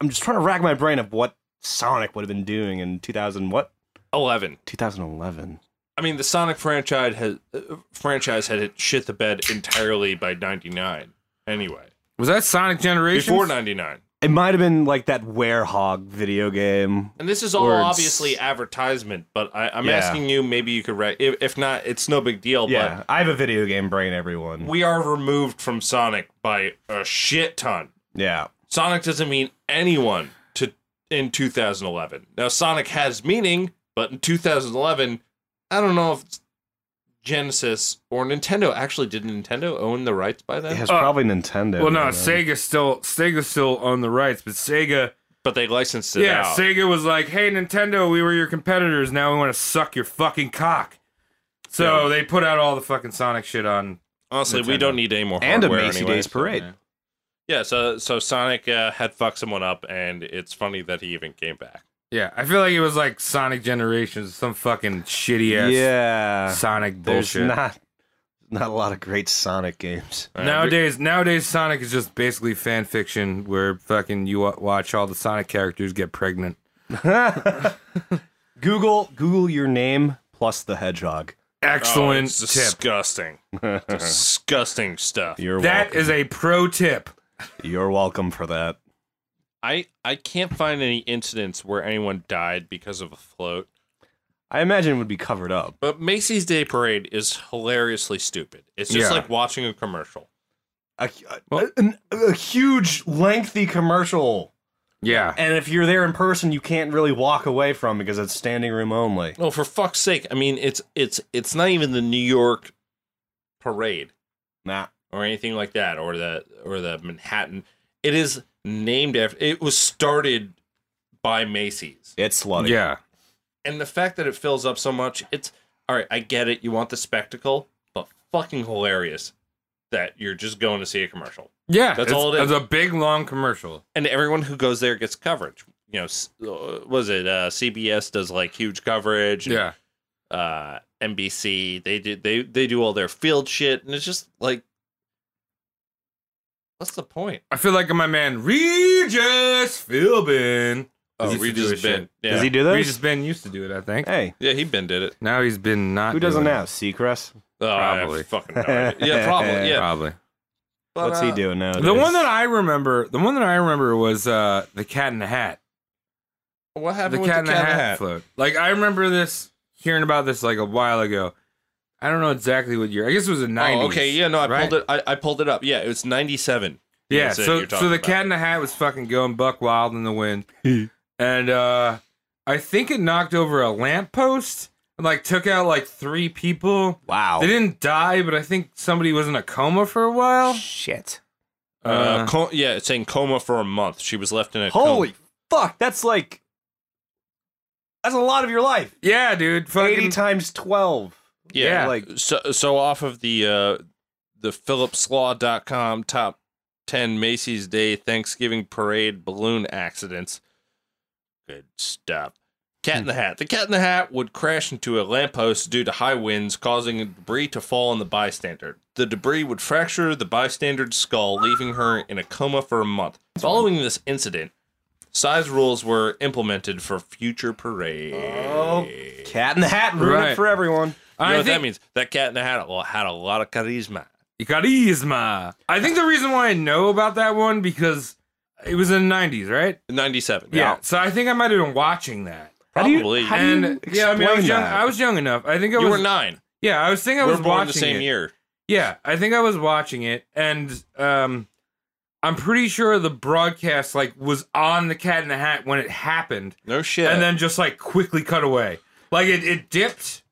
H: I'm just trying to rack my brain of what Sonic would have been doing in 2000. What?
G: 11.
H: 2011.
G: I mean, the Sonic franchise has uh, franchise had it shit the bed entirely by '99. Anyway,
I: Was that Sonic Generations?
G: before '99,
H: It might have been like that Werehog video game.
G: and this is all
H: Words.
G: obviously advertisement. But I, I'm
H: Yeah.
G: asking you, maybe you could write. If, if not, it's no big deal.
H: Yeah, I have a video game brain. Everyone.
G: But we are removed from Sonic by a shit ton.
H: yeah.
G: Sonic doesn't mean anyone to in 2011. Now, Sonic has meaning, but in 2011, I don't know if Genesis or Nintendo actually did Nintendo own the rights by then.
H: It was probably Nintendo.
I: Uh, Well, no,
H: man.
I: Sega still Sega still own the rights, but Sega,
G: But they licensed it
I: yeah,
G: out.
I: Sega was like, "Hey, Nintendo, we were your competitors. Now we want to suck your fucking cock." So they put out all the fucking Sonic shit on.
G: Honestly, we
I: Nintendo.
G: don't need any more
H: And a
G: hardware
H: Macy
G: anyway,
H: Days
G: so-
H: Parade.
G: yeah, so so Sonic uh, had fucked someone up, and it's funny that he even came back.
I: Yeah, I feel like it was like Sonic Generations, some fucking shitty ass
H: Yeah.
I: Sonic
H: There's
I: bullshit.
H: not not a lot of great
I: [laughs]
H: Sonic games.
G: All right,
I: nowadays, nowadays Sonic is just basically fan fiction where fucking you wa- watch all the Sonic characters get pregnant.
H: [laughs] Google Google your name plus the hedgehog.
G: we-
I: Excellent
G: Oh, it's
I: tip.
H: [laughs]
G: Disgusting, disgusting stuff.
H: You're
I: That
H: welcome.
I: is a pro tip.
H: You're welcome for that.
G: I I can't find any incidents where anyone died because of a float.
H: I imagine it would be covered up.
G: But Macy's Day Parade is hilariously stupid. It's just
I: Yeah.
G: like watching a commercial.
H: A, a- an- a huge, lengthy commercial.
I: Yeah.
H: And if you're there in person, you can't really walk away from because it's standing room only.
G: Oh, for fuck's sake! I mean, it's it's it's not even the New York parade
H: Nah.
G: or anything like that, or the or the Manhattan. It is named after. It was started by Macy's,
H: It's slutty.
I: Yeah.
G: and the fact that it fills up so much, it's all right. I get it. You want the spectacle, but fucking hilarious that you're just going to see a commercial.
I: Yeah.
G: That's
I: it's-
G: all it is.
I: It's a big long commercial.
G: and everyone who goes there gets coverage. You know, s- uh, was it uh, CBS does like huge coverage? and,
I: Yeah.
G: Uh, NBC they do they they do all their field shit, and it's just like, what's the point?
I: I feel like my man Regis Philbin.
G: Oh,
I: used to do his shit.
G: Yeah,
H: Does he do this?
I: Regis Ben used to do it, I think.
H: hey,
G: yeah, he been did it.
I: Now he's been not.
H: who doesn't
I: doing it.
H: now? Seacrest?
I: [laughs]
G: Oh, I have
I: Probably. [laughs]
G: fucking no idea. yeah, probably. Yeah,
I: Probably.
G: But,
H: [laughs] What's
G: uh,
H: he doing now?
I: The one that I remember, the one that I remember was uh, the Cat in the Hat.
G: What
I: The
G: happened with
I: Cat in the Hat, float. Like I remember this, hearing about this like a while ago. I don't know exactly what year. I guess it was the nineties.
G: Oh, okay. Yeah, no, I
I: right?
G: pulled it. I, I pulled it up. Yeah, it was ninety-seven.
I: Yeah,
G: That's it,
I: so
G: you're
I: so
G: talking
I: the
G: about.
I: Cat in the Hat was fucking going buck wild in the
G: [laughs]
I: wind, and uh, I think it knocked over a lamppost and like took out like three people.
G: Oh.
H: Wow.
I: They didn't die, but I think somebody was in a coma for a while.
H: Shit.
G: Uh,
I: Uh,
G: co- yeah, it's in coma for a month. She was left in a coma.
H: Holy fuck. That's like. That's a lot of your life.
I: Yeah, dude,
H: 80
I: fucking
H: times 12.
G: Yeah,
I: Yeah.
G: like so so off of the uh the phillipslaw.com top 10 Macy's Day Thanksgiving parade balloon accidents. Good stuff. Cat in the Hat. The Cat in the Hat would crash into a lamppost due to high winds, causing debris to fall on the bystander. The debris would fracture the bystander's skull, leaving her in a coma for a month. Following this incident, size rules were implemented for future parades.
H: Cat in the Hat ruined it
I: Right.
H: for everyone.
G: You know
I: I
G: what that
I: think
G: means? That cat in the hat lo- had a lot of charisma.
I: Carisma. I think the reason why I know about that one because it was in the nineties, right?
G: 97.
I: So I think I might have been watching that.
H: do you-
G: Probably.
H: how do you-
I: And yeah, I mean, I
H: explain
I: was young.
H: that?
I: I was young enough. I think I
G: you were
I: was.
G: nine.
I: yeah, I was thinking I
G: we
I: was
G: were born
I: watching
G: the same
I: it.
G: year.
I: Yeah, I think I was watching it, and um, I'm pretty sure the broadcast like was on the Cat in the Hat when it happened,
G: No shit.
I: and then just like quickly cut away. Like it, it dipped,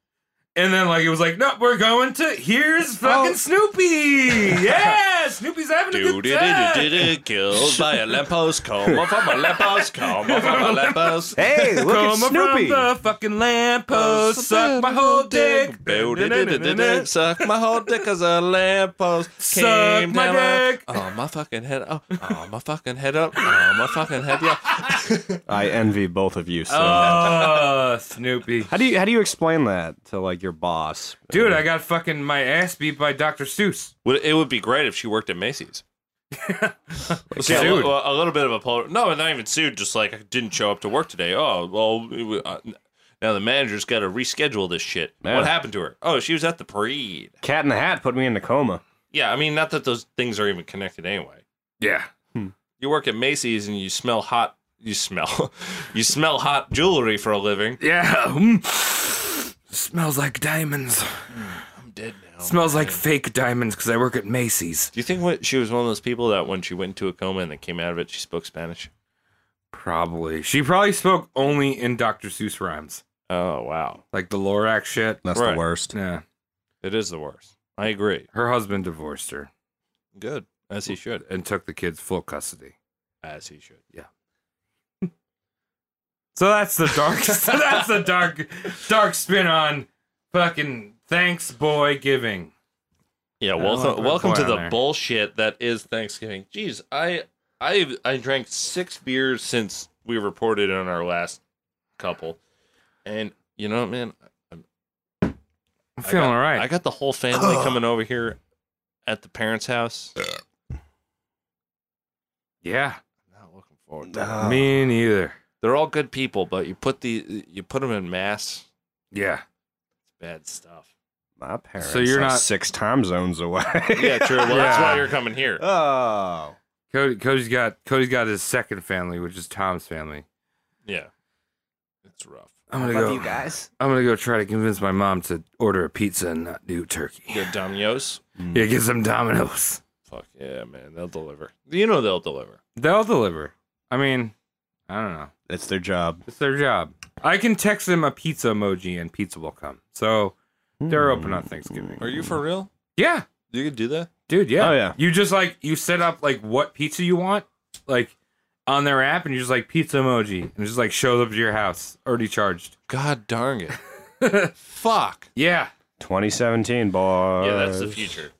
I: and then like it was like, no, we're going to here's fucking Snoopy. yeah, Snoopy's having a good time.
G: Do-do-do-do-do, killed by a lamppost, coma from a lamppost, coma from
I: [laughs]
G: a lamppost.
H: Hey, look at
I: Coma
H: Snoopy.
I: from the fucking lamppost, suck my whole dick. [laughs]
G: Do-do-do-do-do, Suck my whole dick as a lamppost.
I: Suck
G: Came
I: my
G: down on-
I: dick.
G: Oh, my fucking head up. Oh, my fucking head up. Oh, my fucking head up.
H: I envy both of you. So.
I: [laughs] Oh, Snoopy.
H: how do you how do you explain that to like your boss?
I: Dude, I got fucking my ass beat by Dr. Seuss.
G: Would- It would be great if she worked at [laughs] Macy's. So,
I: Sued.
G: well, a little bit of a polar. No, not even sued. Just like I didn't show up to work today. Oh well. it wa- uh, now the manager's got to reschedule this shit.
H: Yeah.
G: What happened to her? Oh, she was at the parade.
H: Cat in the Hat put me in a coma.
G: Yeah, I mean, not that those things are even connected anyway. Hmm.
I: Yeah.
G: You work at Macy's and you smell hot. You smell. [laughs] you smell hot jewelry for a living.
I: Yeah. Mm. Smells like diamonds.
G: I'm dead now.
I: Smells like fake diamonds because I work at Macy's.
G: Do you think what she was one of those people that when she went into a coma and then came out of it, she spoke Spanish?
I: Probably. She probably spoke only in Dr. Seuss rhymes,
G: Oh wow,
I: like the Lorax shit.
H: That's
G: Right.
H: worst.
I: Yeah.
G: it is the worst. I agree.
I: Her husband divorced her
G: Good as he should.
I: and took the kids full custody.
G: As he should.
I: [laughs] So that's the dark. [laughs] that's the dark, dark spin on fucking thanks boy giving.
G: Yeah,
I: don't like
G: welcome
I: that
G: welcome
I: boy
G: to
I: on
G: the
I: there.
G: bullshit that is Thanksgiving. Jeez, I I I drank six beers since we reported on our last couple, and you know, man,
I: I'm feeling all right.
G: I got the whole [clears throat] family coming over here at the parents' house.
I: yeah.
G: Not looking forward. To it.
H: Uh,
I: Me neither.
G: They're all good people, but you put the you put them in mass,
I: Yeah.
G: it's bad stuff.
H: My parents.
I: So you're
H: are
I: not-
H: six time zones away.
G: [laughs] Yeah, true. Uh, Well, that's
I: [laughs]
G: why
I: Yeah.
G: you're coming here.
H: [laughs] Oh.
I: Cody, Cody's got Cody's got his second family, which is Tom's family.
G: Yeah, It's rough.
I: I'm gonna
L: Love
I: go.
L: you guys.
I: I'm gonna go try to convince my mom to order a pizza and not do turkey.
G: You got Domino's?
I: Yeah, get some Domino's.
G: Fuck yeah, man. They'll deliver. You know they'll deliver.
I: They'll deliver. I mean, I don't know.
H: That's their job.
I: It's their job. I can text them a pizza emoji and pizza will come. So they're open on Thanksgiving.
G: Are you for real?
I: Yeah,
G: You could do that?
I: dude. Yeah.
H: Oh, yeah.
I: You just like you set up like what pizza you want, like on their app, and you just like pizza emoji, and it just like shows up to your house already charged.
G: God darn it. [laughs] Fuck.
I: Yeah.
H: 2017, boy.
G: Yeah, that's the future.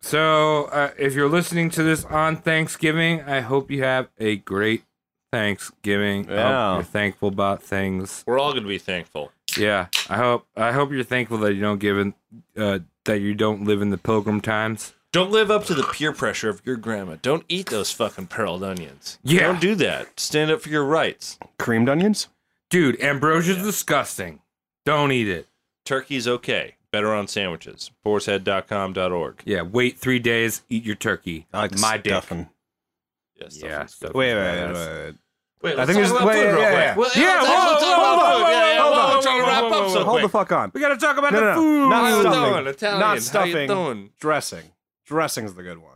I: So uh, if you're listening to this on Thanksgiving, I hope you have a great Thanksgiving. I hope
H: Yeah.
I: you're thankful about things.
G: We're all gonna be thankful.
I: Yeah, I hope I hope you're thankful that you don't give in uh, that you don't live in the pilgrim times.
G: Don't live up to the peer pressure of your grandma. Don't eat those fucking pearled onions.
I: Yeah.
G: Don't do that. Stand up for your rights.
H: Creamed onions?
I: Dude, ambrosia's disgusting. Don't eat it.
G: Turkey's okay. Better on sandwiches. Boarshead.com.org.
I: Yeah, wait three days, eat your turkey.
H: I like
I: My dick.
H: stuffing.
G: Yes.
I: Yeah, stuff
H: Wait,
I: is
H: wait, wait,
I: badass.
H: wait.
G: Wait,
H: I think there's. Wait, yeah, yeah, yeah.
I: Yeah,
G: let's
I: whoa,
G: actually talk
I: whoa,
G: about
I: whoa,
G: food. Yeah, yeah,
I: whoa,
G: whoa,
I: whoa,
G: We're trying to
I: whoa,
G: wrap
I: whoa,
G: up
I: whoa,
G: so
I: whoa.
H: Hold the
G: quick.
H: fuck on.
I: We gotta talk about
H: No,
I: the
H: no, no.
I: food.
H: Not
G: How you
H: stuffing.
G: doing, Italian? How
H: Not
G: you
H: stuffing.
G: doing?
H: Dressing. Dressing's the good one.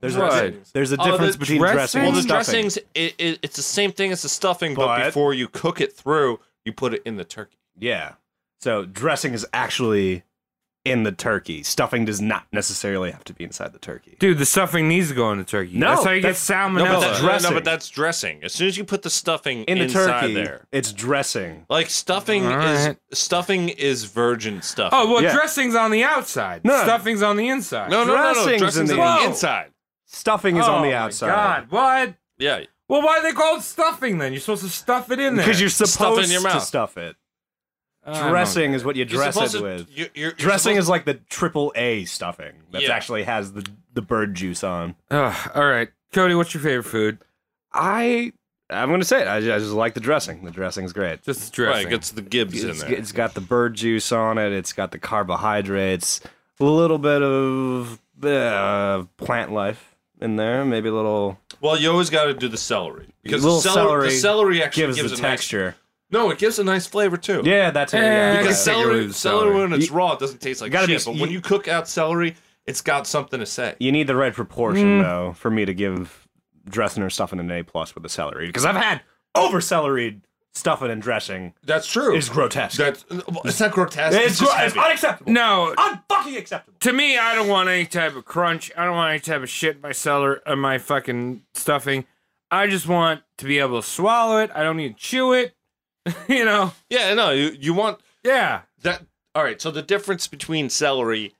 H: There's a,
I: Right.
H: there's a
G: Oh, the
H: difference between dressing,
I: dressing?
H: and
G: Well, the
H: stuffing.
G: dressings, it, it, it's the same thing as the stuffing, but,
H: But-
G: before you cook it through, you put it in the turkey.
H: Yeah. So dressing is actually in the turkey. Stuffing does not necessarily have to be inside the turkey.
I: Dude, the stuffing needs to go in the turkey.
H: No,
I: that's how you get
H: that's-
I: salmonella.
H: no, but
G: that's
H: that's
G: dressing. No,
H: dressing.
G: but that's dressing. As soon as you put the stuffing
H: In the
G: inside
H: turkey,
G: there,
H: it's dressing.
G: like stuffing
I: All right.
G: is stuffing is virgin stuffing.
I: oh well,
H: Yeah.
I: dressing's on the outside.
H: No.
I: Stuffing's on the inside.
G: no, no, no, no,
H: dressing's
G: dressing's
H: in
G: on
I: the-
G: the inside.
H: Stuffing is
I: Oh
H: on the
I: my
H: outside.
I: God, what?
G: Yeah,
I: Well, why are they called stuffing then? You're supposed to stuff it in there
H: Because you're
G: Stuff in
H: supposed
G: your
H: to
G: mouth.
H: stuff it.
I: I don't
H: Dressing is what you
G: You're
H: dress it
G: supposed to-
H: with.
G: you're- you're- you're
H: Dressing
G: supposed-
H: is like the triple A stuffing that
G: Yeah.
H: actually has the, the bird juice on.
I: Ugh, all right, Cody, what's your favorite food?
H: I I'm gonna say it. I just, I just like the dressing. The dressing's great.
I: Just
G: right.
I: dressing.
G: Gets the gibbs in
H: It's,
G: there.
H: it's got the bird juice on it. It's got the carbohydrates, a little bit of uh, plant life in there. Maybe a little
G: Well, you always got to do the celery because
H: Little
G: the celery, the
H: celery
G: celery actually
H: gives,
G: gives,
H: the
G: a nice-
H: texture.
G: no, it gives a nice flavor too.
H: yeah, that's it.
I: Yeah,
H: Yeah,
I: I
G: Because
I: gotta take it
G: Eh, celery,
I: with
G: celery,
I: celery.
G: when it's raw, it doesn't taste like
H: gotta
G: shit.
H: be-
G: but
H: you-
G: when you cook out celery, it's got something to say.
H: you need the right proportion
G: Mm.
H: though for me to give dressing or stuffing an A plus with the celery because I've had over celeried stuffing and dressing
G: That's true.
H: is grotesque.
G: That's it's not grotesque.
H: it's,
G: It's,
H: gro-
G: just
H: it's
G: heavy.
H: unacceptable.
I: no,
H: Unfucking acceptable.
I: to me, I don't want any type of crunch. I don't want any type of shit in my cellar, in my fucking stuffing. I just want to be able to swallow it. I don't need to chew it. [laughs] you know?
G: yeah, no, you, you want
I: Yeah.
G: that. All right, so the difference between celery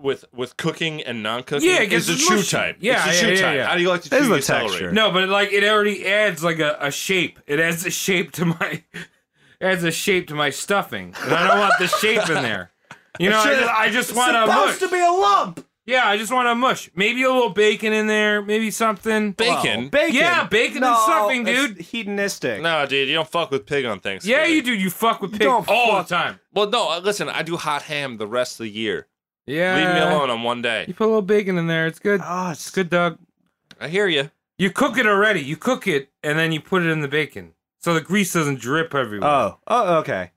G: with with cooking and non cooking
I: Yeah, it gets
G: is the chew
I: mushy.
G: type.
I: Yeah, yeah,
G: it's the chew
I: yeah,
G: type.
I: yeah.
G: How do you like to
H: It's
G: chew
H: the
G: your
H: texture.
G: celery?
I: No, but like it already adds like a, a shape. It adds a shape to my [laughs] adds a shape to my stuffing. And I don't want the shape in there. You know, I just, I just want a mush.
H: be a lump.
I: yeah, I just want a mush. Maybe a little bacon in there, maybe something.
G: Oh. Bacon.
H: Bacon.
I: Yeah, bacon and stuffing,
H: that's
I: dude.
H: Hedonistic.
G: No, dude, you don't fuck with pig on Thanksgiving.
I: Yeah, you do. You fuck with pig all
H: don't
I: the time.
G: Well, no, uh, listen, I do hot ham the rest of the year.
I: Yeah.
G: Leave me alone on one
I: Uh, You
G: day.
I: put a little bacon in there. It's good.
H: Ah,
I: It's good, Doug.
G: I hear you.
I: You cook it already. You cook it and then you put it in the bacon, so the grease doesn't drip everywhere.
H: Oh, oh, okay.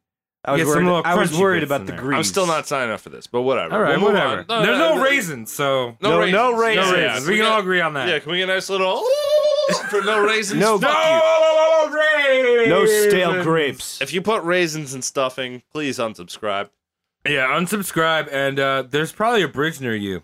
H: I was
I: Get some
H: worried,
I: little
H: I was
I: crunchy
H: worried
I: bits
H: about
I: in
H: the
I: there.
H: grease.
G: I'm still not signing up for this, but whatever.
I: all right,
G: We'll move on.
I: whatever. There's no, raisins, so
G: No,
H: No-
G: raisins.
H: no raisins.
I: no
H: yeah,
I: raisins. we
G: We
I: can
G: got-
I: all agree on that.
G: Yeah, can we get a nice little [laughs] for no raisins?
H: No,
G: Fuck you.
I: No raisins. [laughs]
H: No stale grapes.
G: If you put raisins and stuffing, please unsubscribe.
I: Yeah, unsubscribe, and uh, there's probably a bridge near you.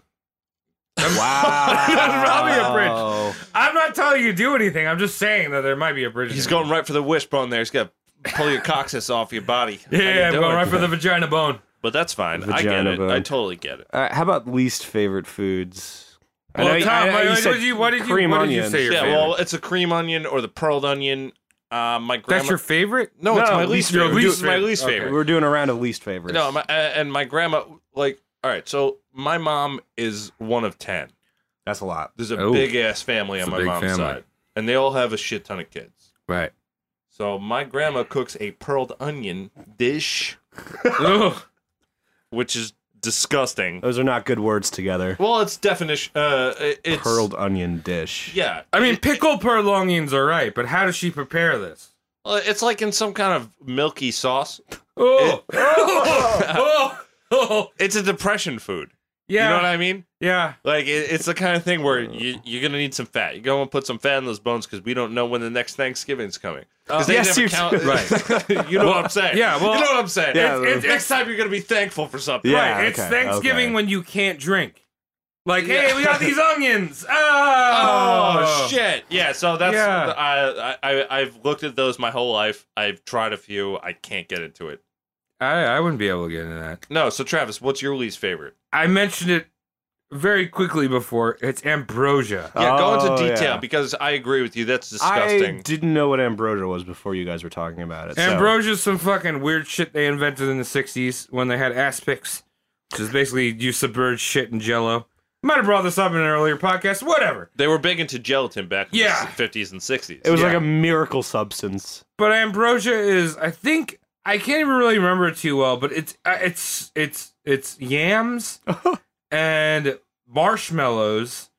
G: [laughs]
H: Wow.
I: probably a bridge. I'm not telling you to do anything. I'm just saying that there might be a bridge.
G: He's
I: near
G: going right for the wishbone there. He's got to pull your coccyx [laughs] off your body.
I: you.
G: How you
I: Yeah, I'm going
G: doing?
I: right for the vagina bone.
G: But that's fine. I get
H: Vagina
G: it.
H: bone.
G: I totally get it.
H: All right, how about least favorite foods? I
I: Well,
H: know you-
I: Tom,
H: I know
I: what-
H: you
I: what
H: said
I: did you- what did you-
H: cream
I: what did you
H: onion.
I: say your
G: Yeah,
I: favorite?
G: well, it's a cream onion or the pearled onion. Uh, my grandma.
I: That's your favorite?
G: no, it's my least
I: your
G: favorite.
I: least
G: This is my
I: favorite.
G: least
I: Okay.
G: favorite.
H: We're doing a round of least favorites.
G: No, my, uh, and my grandma, like, all right, so my mom is one of 10.
H: that's a lot.
G: There's a
I: Oh.
G: big ass family
I: It's
G: on
I: a
G: my
I: big
G: mom's
I: family.
G: side, and they all have a shit ton of kids.
I: Right.
G: So my grandma cooks a pearled onion dish,
I: [laughs] Ugh.
G: which is disgusting.
H: Those are not good words together.
G: Well, it's definition. Uh, it- it's
H: Pearled onion dish.
G: Yeah,
I: I mean, pickled purlongings are right, but how does she prepare this?
G: Well, it's like in some kind of milky sauce.
I: Oh, oh, oh.
G: It's a depression food.
I: yeah,
G: You know what I mean?
I: yeah.
G: Like it, it's the kind of thing where you, you're gonna need some fat. You're gonna put some fat in those bones because we don't know when the next Thanksgiving's coming. 'Cause they
H: yes,
G: never
H: you
G: count-
H: do.
G: [laughs] right. you know what I'm saying?
I: yeah, well-
G: you know what I'm saying.
H: Yeah,
G: It's- it's- next time you're gonna be thankful for something.
H: Yeah.
I: right, it's
H: okay,
I: Thanksgiving
H: okay.
I: when you can't drink. Like,
G: Yeah.
I: hey, we got
G: [laughs]
I: these onions. Oh,
G: Oh, shit! Yeah, so that's
I: Yeah.
G: I, I I I've looked at those my whole life. I've tried a few. I can't get into it.
I: I, I wouldn't be able to get into that.
G: No, so Travis, what's your least favorite?
I: I mentioned it very quickly before. It's ambrosia.
G: Yeah, go
H: Oh,
G: into
H: yeah.
G: detail because I agree with you. That's
H: I
G: disgusting.
H: didn't know what ambrosia was before you guys were talking about it. so-
I: Ambrosia's some fucking weird shit they invented in the 60s when they had aspics, which is basically you submerge shit in jello. Might have brought this up in an earlier podcast. Whatever.
G: they were big into gelatin back in
I: Yeah.
G: the fifties and sixties.
H: It was like a miracle substance.
I: But ambrosia is, I think, I can't even really remember it too well. But it's uh, it's it's it's yams and marshmallows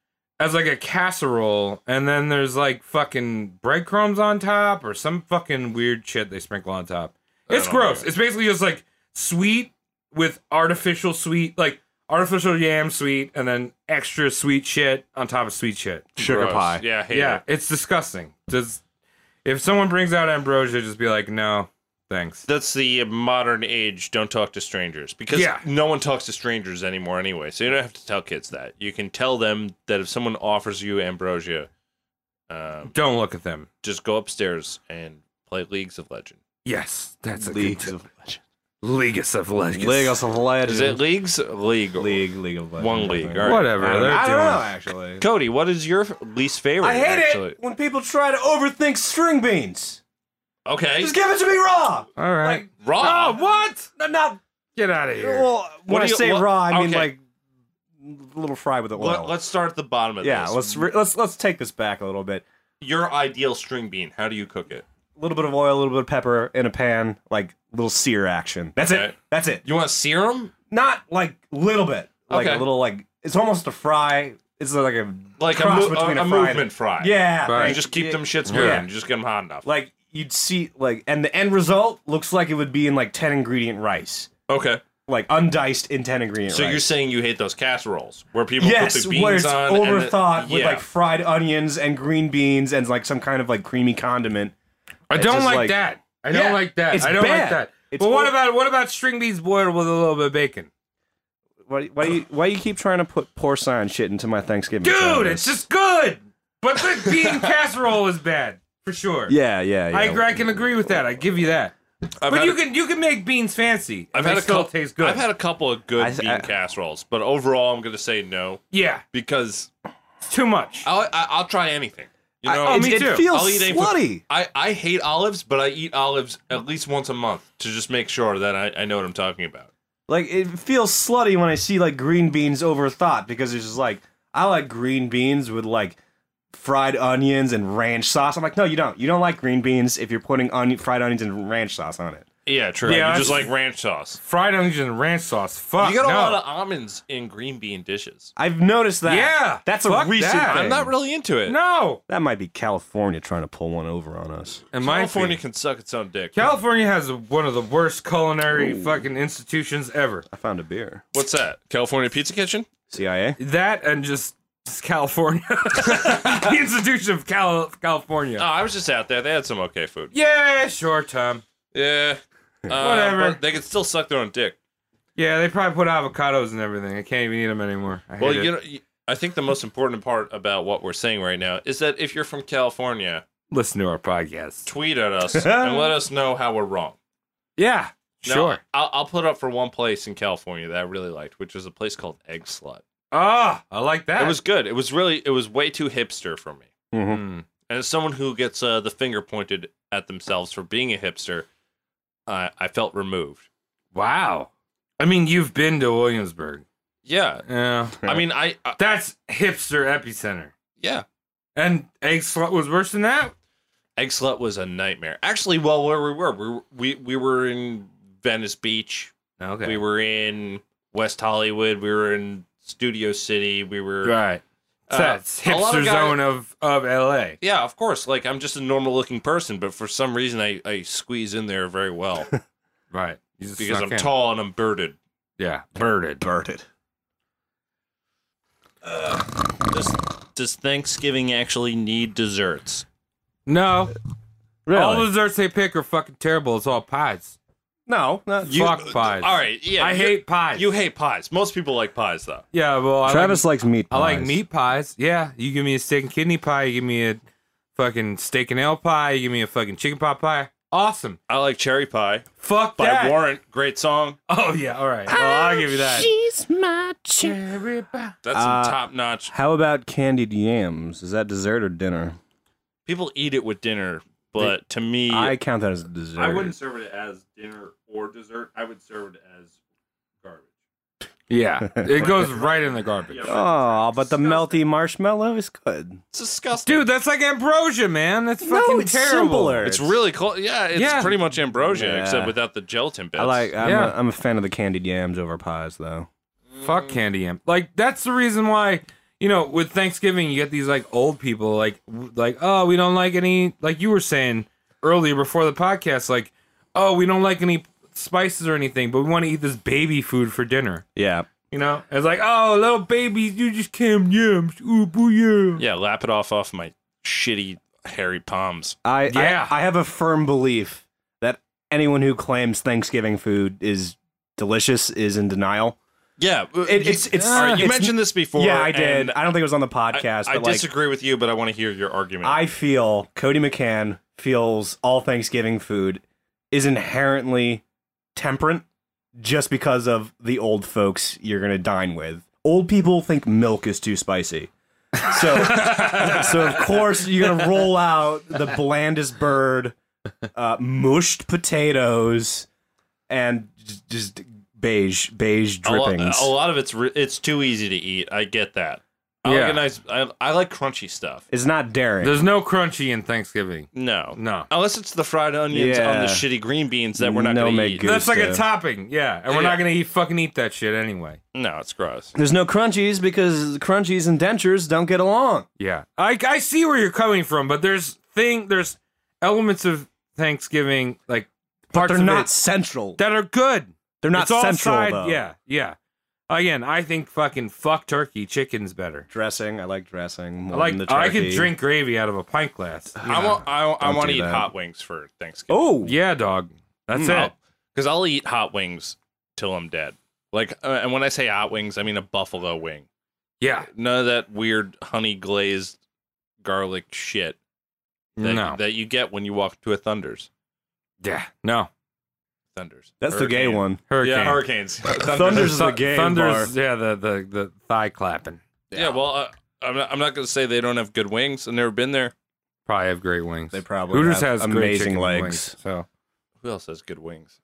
I: as like a casserole, and then there's like fucking breadcrumbs on top or some fucking weird shit they sprinkle on top. It's gross. It's basically just like sweet with artificial sweet, like artificial yam sweet, and then extra sweet shit on top of sweet shit.
H: sugar pie.
G: Yeah, I hate
I: Yeah,
G: it.
I: it's disgusting. Does if someone brings out ambrosia, just be like, no, thanks.
G: That's the modern age. Don't talk to strangers because
I: Yeah.
G: no one talks to strangers anymore anyway. So you don't have to tell kids that. You can tell them that if someone offers you ambrosia, um,
I: Don't look at them.
G: just go upstairs and play Leagues of Legend.
I: Yes, that's a
H: League
I: good
H: of
G: [laughs]
H: Legends.
I: Leagues of Legends.
H: League of Legends.
G: Is it Leagues? League.
H: League? League of Legends.
G: One
H: I
G: league,
H: think.
G: all right.
I: Whatever.
H: I don't,
I: they're
H: I don't
I: doing-
H: know, actually.
G: Cody, what is your least favorite?
H: I hate
G: actually?
H: it when people try to overthink string beans.
G: Okay.
H: Just give it to me raw.
I: All right.
G: Raw.
H: what? No, not
I: Get out of here.
H: well. When
G: do
H: I
G: you-
H: say
G: what-
H: raw, I mean
G: okay.
H: like little fry with the oil.
G: Let, us start at the bottom of
H: yeah,
G: this.
H: let's re- let's let's take this back a little bit.
G: Your ideal string bean. How do you cook it?
H: A little bit of oil, a little bit of pepper in a pan, like little sear action. That's it.
G: Okay.
H: That's it.
G: You want serum?
H: Not like little bit. Like
G: Okay.
H: a little like it's almost a fry. It's like a
G: Like a,
H: cross
G: mo-
H: between
G: a,
H: a,
G: a
H: fry and-
G: movement fry.
H: Yeah,
I: Right.
G: You just keep them shits moving. You just get them hot enough.
H: Like you'd see, like, and the end result looks like it would be in like ten ingredient rice,
G: okay.
H: like undiced in ten ingredient
G: So
H: rice.
G: you're saying you hate those casseroles where people put
H: yes,
G: the beans
H: where it's
G: on
H: overthought
G: and the-
H: with
G: yeah.
H: like fried onions and green beans and like some kind of like creamy condiment.
I: I don't
H: just
I: like,
H: like-
I: that. I don't
H: Yeah,
I: like that.
H: it's
I: I don't like
H: bad.
I: that.
H: It's
I: but what
H: all-
I: about what about string beans boiled with a little bit of bacon?
H: Why, why do you why do you keep trying to put porcine shit into my Thanksgiving?
I: Dude,
H: service?
I: it's just good. But the bean casserole is bad for sure.
H: yeah, yeah, yeah.
I: I agree. I can agree with that. I give you that.
G: I've
I: but
G: had
I: you
G: a-
I: can you can make beans fancy.
G: I've
I: and
G: had
I: they
G: a
I: still
G: couple.
I: taste good.
G: I've had a couple of good
H: I-
G: bean
H: I-
G: casseroles, but overall, I'm gonna say no
I: yeah,
G: because
I: it's too much.
G: I'll I, I'll try anything. You know,
I: oh,
H: It,
I: me
H: it
I: too.
H: feels
G: I'll eat anything.
H: slutty.
G: I, I hate olives, but I eat olives at least once a month to just make sure that I, I know what I'm talking about.
H: Like it feels slutty when I see like green beans overthought because it's just like I like green beans with like fried onions and ranch sauce. I'm like, no, you don't. You don't like green beans if you're putting onion, fried onions and ranch sauce on it.
G: Yeah, true.
I: Yeah,
G: you
I: I-
G: just like ranch sauce.
I: Fried onions and ranch sauce. Fuck.
G: You get a
I: no.
G: lot of almonds in green bean dishes.
H: I've noticed that.
I: Yeah,
H: that's a
I: fuck
H: recent
I: that.
H: thing.
G: I'm not really into it.
I: no.
H: that might be California trying to pull one over on us.
I: And California.
G: California can suck its own dick.
I: California has one of the worst culinary fucking institutions ever.
H: I found a beer.
G: What's that? California Pizza Kitchen?
H: CIA.
I: That and just, just California, [laughs] the institution of Cal- California.
G: Oh, I was just out there. They had some okay food.
I: yeah, sure, Tom. [laughs]
G: Yeah. Uh,
I: Whatever.
G: but They could still suck their own dick.
I: Yeah, they probably put avocados and everything. I can't even eat them anymore. I
G: Well,
I: hate
G: you
I: it.
G: know, you- I think the most important part about what we're saying right now is that if you're from California,
I: listen to our podcast.
G: tweet
I: [laughs]
G: at us and let us know how we're wrong.
I: Yeah,
G: Now,
I: sure.
G: I'll, I'll put up for one place in California that I really liked, which was a place called Egg Slut.
I: Ah, I like that.
G: It was good. It was really, it was way too hipster for me.
H: Mm-hmm.
I: Mm.
G: And as someone who gets uh, the finger pointed at themselves for being a hipster, I I felt removed.
I: wow. I mean, you've been to Williamsburg.
G: Yeah.
I: Yeah,
G: I mean, I, I
I: [laughs] that's hipster epicenter.
G: yeah.
I: And egg slut was worse than that.
G: Egg Slut was a nightmare. Actually, well, where we were, we were- we, we were in Venice Beach.
I: Okay,
G: We were in West Hollywood. We were in Studio City. We were
I: right. So that's
G: Uh, a lot of
I: hipster
G: guy-
I: zone of, of LA.
G: Yeah, of course. Like I'm just a normal looking person, but for some reason I, I squeeze in there very [laughs] well
I: Right.
G: because I'm tall and I'm birded.
I: Yeah. Birded.
H: Birded.
L: Does, does Thanksgiving actually need desserts?
I: No.
H: Really?
I: All the desserts they pick are fucking terrible. It's all pies.
H: no, not
I: Fuck pies.
G: All right, yeah.
I: I
G: you-
I: hate pies.
G: you hate pies. Most people like pies though.
I: Yeah, well, I
H: Travis
I: like,
H: likes meat.
I: I like
H: pies.
I: meat pies. Yeah, you give me a steak and kidney pie. You give me a fucking steak and ale pie. You give me a fucking chicken pot pie. Awesome.
G: I like cherry pie
I: Fuck
G: by
I: that.
G: Warrant. Great song.
I: Oh yeah. All right. Well, I'll give you
G: Oh,
I: that.
G: That's
H: Uh,
G: some top notch.
H: How about candied yams? Is that dessert or dinner?
G: People eat it with dinner, but to me,
H: I count that as a dessert.
G: serve it as dinner or dessert. I would serve it as garbage.
I: Yeah, it goes right in the garbage.
H: Oh, but the melty marshmallow is good.
G: It's disgusting.
I: Dude, that's like ambrosia, man. That's fucking
H: it's
I: terrible.
H: simpler.
G: It's really cool. Yeah, it's
I: Yeah.
G: pretty much ambrosia
H: Yeah.
G: except without the gelatin bits.
H: I like. I'm,
I: Yeah.
H: a, I'm a fan of the candied yams over pies, though.
G: Mm-hmm.
I: Fuck candy amp. Like that's the reason why you know with Thanksgiving you get these like old people like w- like oh we don't like any like you were saying earlier before the podcast like oh we don't like any spices or anything but we want to eat this baby food for dinner.
H: Yeah.
I: You know, it's like oh little babies you just came yums ooh boo yeah.
G: Yeah, lap it off off my shitty hairy palms.
H: I,
I: Yeah.
H: I I have a firm belief that anyone who claims Thanksgiving food is delicious is in denial.
G: Yeah,
H: It- it's- it's-
G: All right, you
H: it's-
G: mentioned this before.
H: yeah, I did.
G: and
H: I don't think it was on the
G: I,
H: podcast,
G: I
H: but like
G: disagree with you, but I want to hear your argument.
H: I feel Cody McCann feels all Thanksgiving food is inherently temperate just because of the old folks you're going to dine with. Old people think milk is too spicy.
G: [laughs]
H: So so of course you're going to roll out the blandest bird, uh, mushed potatoes and j- just beige beige
G: a, lo-
H: drippings.
G: a lot of it's re- it's too easy to eat. I get that. I
I: Yeah.
G: like a nice. I, I like crunchy stuff.
H: it's not daring.
I: There's no crunchy in Thanksgiving.
G: No,
I: No.
G: unless it's the fried onions on
H: Yeah.
G: the shitty green beans that we're not
H: No
G: going to
H: make
G: eat.
H: good-
I: That's like a
H: Gusto.
I: topping, yeah, and we're
G: Yeah.
I: not gonna eat fucking eat that shit anyway.
G: No, it's gross.
H: There's no crunchies because crunchies and dentures don't get along.
I: Yeah, I I see where you're coming from, but there's thing there's elements of Thanksgiving like parts
H: They're
I: of
H: not
I: it
H: central.
I: that are good.
H: They're not
I: it's all
H: central
I: side-
H: though.
I: Yeah, yeah. Again, I think fucking fuck turkey, chicken's better.
H: Dressing, I like dressing more
I: I like
H: than the turkey.
I: I could drink gravy out of a pint glass.
G: [sighs] I want. I, I
H: Don't
G: want to
H: do
G: eat
H: that.
G: hot wings for Thanksgiving.
H: Oh,
I: Yeah, dog. That's it.
G: Because Mm, I'll eat hot wings till I'm dead. Like, uh, and when I say hot wings, I mean a buffalo wing.
I: Yeah.
G: None of that weird honey glazed garlic shit that,
I: No.
G: that you get when you walk to a thunders.
I: Yeah. No.
G: Thunders.
H: that's the gay
G: Hurricane.
H: one.
I: Hurricane.
G: Yeah, hurricanes.
H: [laughs] Thunders is the gay
I: Thunders. Yeah. The, the the thigh clapping.
G: Yeah, well, uh, I'm not, I'm not going to say they don't have good wings. I've never been there.
I: Probably have great wings.
H: They probably
I: Hooters
H: have
I: has great
H: amazing
I: chicken
H: legs.
I: wings, so
G: Who else has good wings?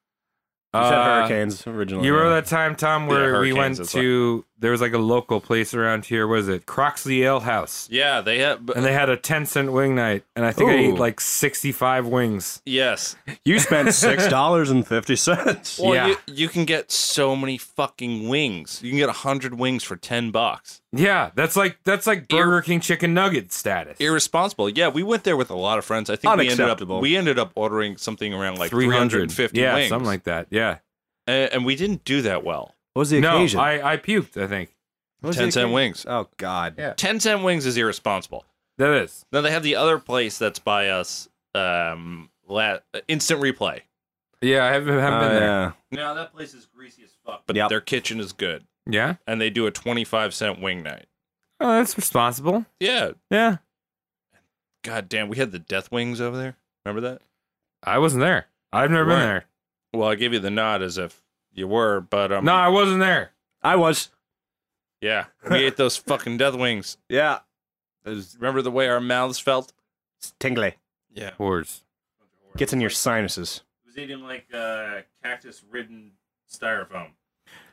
H: You said
I: Uh,
H: hurricanes originally.
I: You remember that time, Tom, where
G: Yeah,
I: we
G: hurricanes,
I: went
G: it's
I: to there was like a local place around here. What is it Croxley Ale House?
G: Yeah, they have. But,
I: And they had a ten cent wing night, and I think I ate
H: Ooh.
I: like sixty five wings.
G: yes.
I: [laughs]
H: You spent six dollars and fifty cents.
G: Well,
I: Yeah.
G: you, [laughs] you can get so many fucking wings. You can get 100 wings for 10 bucks.
I: Yeah, that's like that's like Burger King chicken nugget status.
G: irresponsible. Yeah, we went there with a lot of friends. I think we ended up
H: Unacceptable.
G: we ended up ordering something around like
I: 300.
G: 350
I: yeah,
G: wings.
I: something like that. Yeah,
G: and, and we didn't do that well.
H: What was the
I: no,
H: occasion?
I: I I puked. I think
H: What was the
G: Ten cent
H: occasion?
G: wings.
H: Oh God.
I: Yeah.
G: Ten cent wings is irresponsible.
I: that is.
G: Now they have the other place that's by us. Um, la- instant replay.
I: Yeah, I haven't, haven't
H: Oh,
I: been there.
H: yeah.
G: No, that place is greasy as fuck, but
H: Yep.
G: their kitchen is good,
I: Yeah,
G: and they do a twenty-five cent wing night.
I: oh, that's responsible.
G: Yeah,
I: Yeah,
G: god damn, we had the death wings over there. Remember that?
I: I wasn't there. I've never been there.
G: Right. Well, I gave you the nod as if you were, but um,
I: No, I wasn't there.
H: I was.
G: yeah, we ate those fucking death wings.
H: Yeah.
G: Remember the way our mouths felt?
H: It's tingly.
G: Yeah. It
I: Whores.
H: Gets in your sinuses.
G: was eating like uh, cactus ridden styrofoam.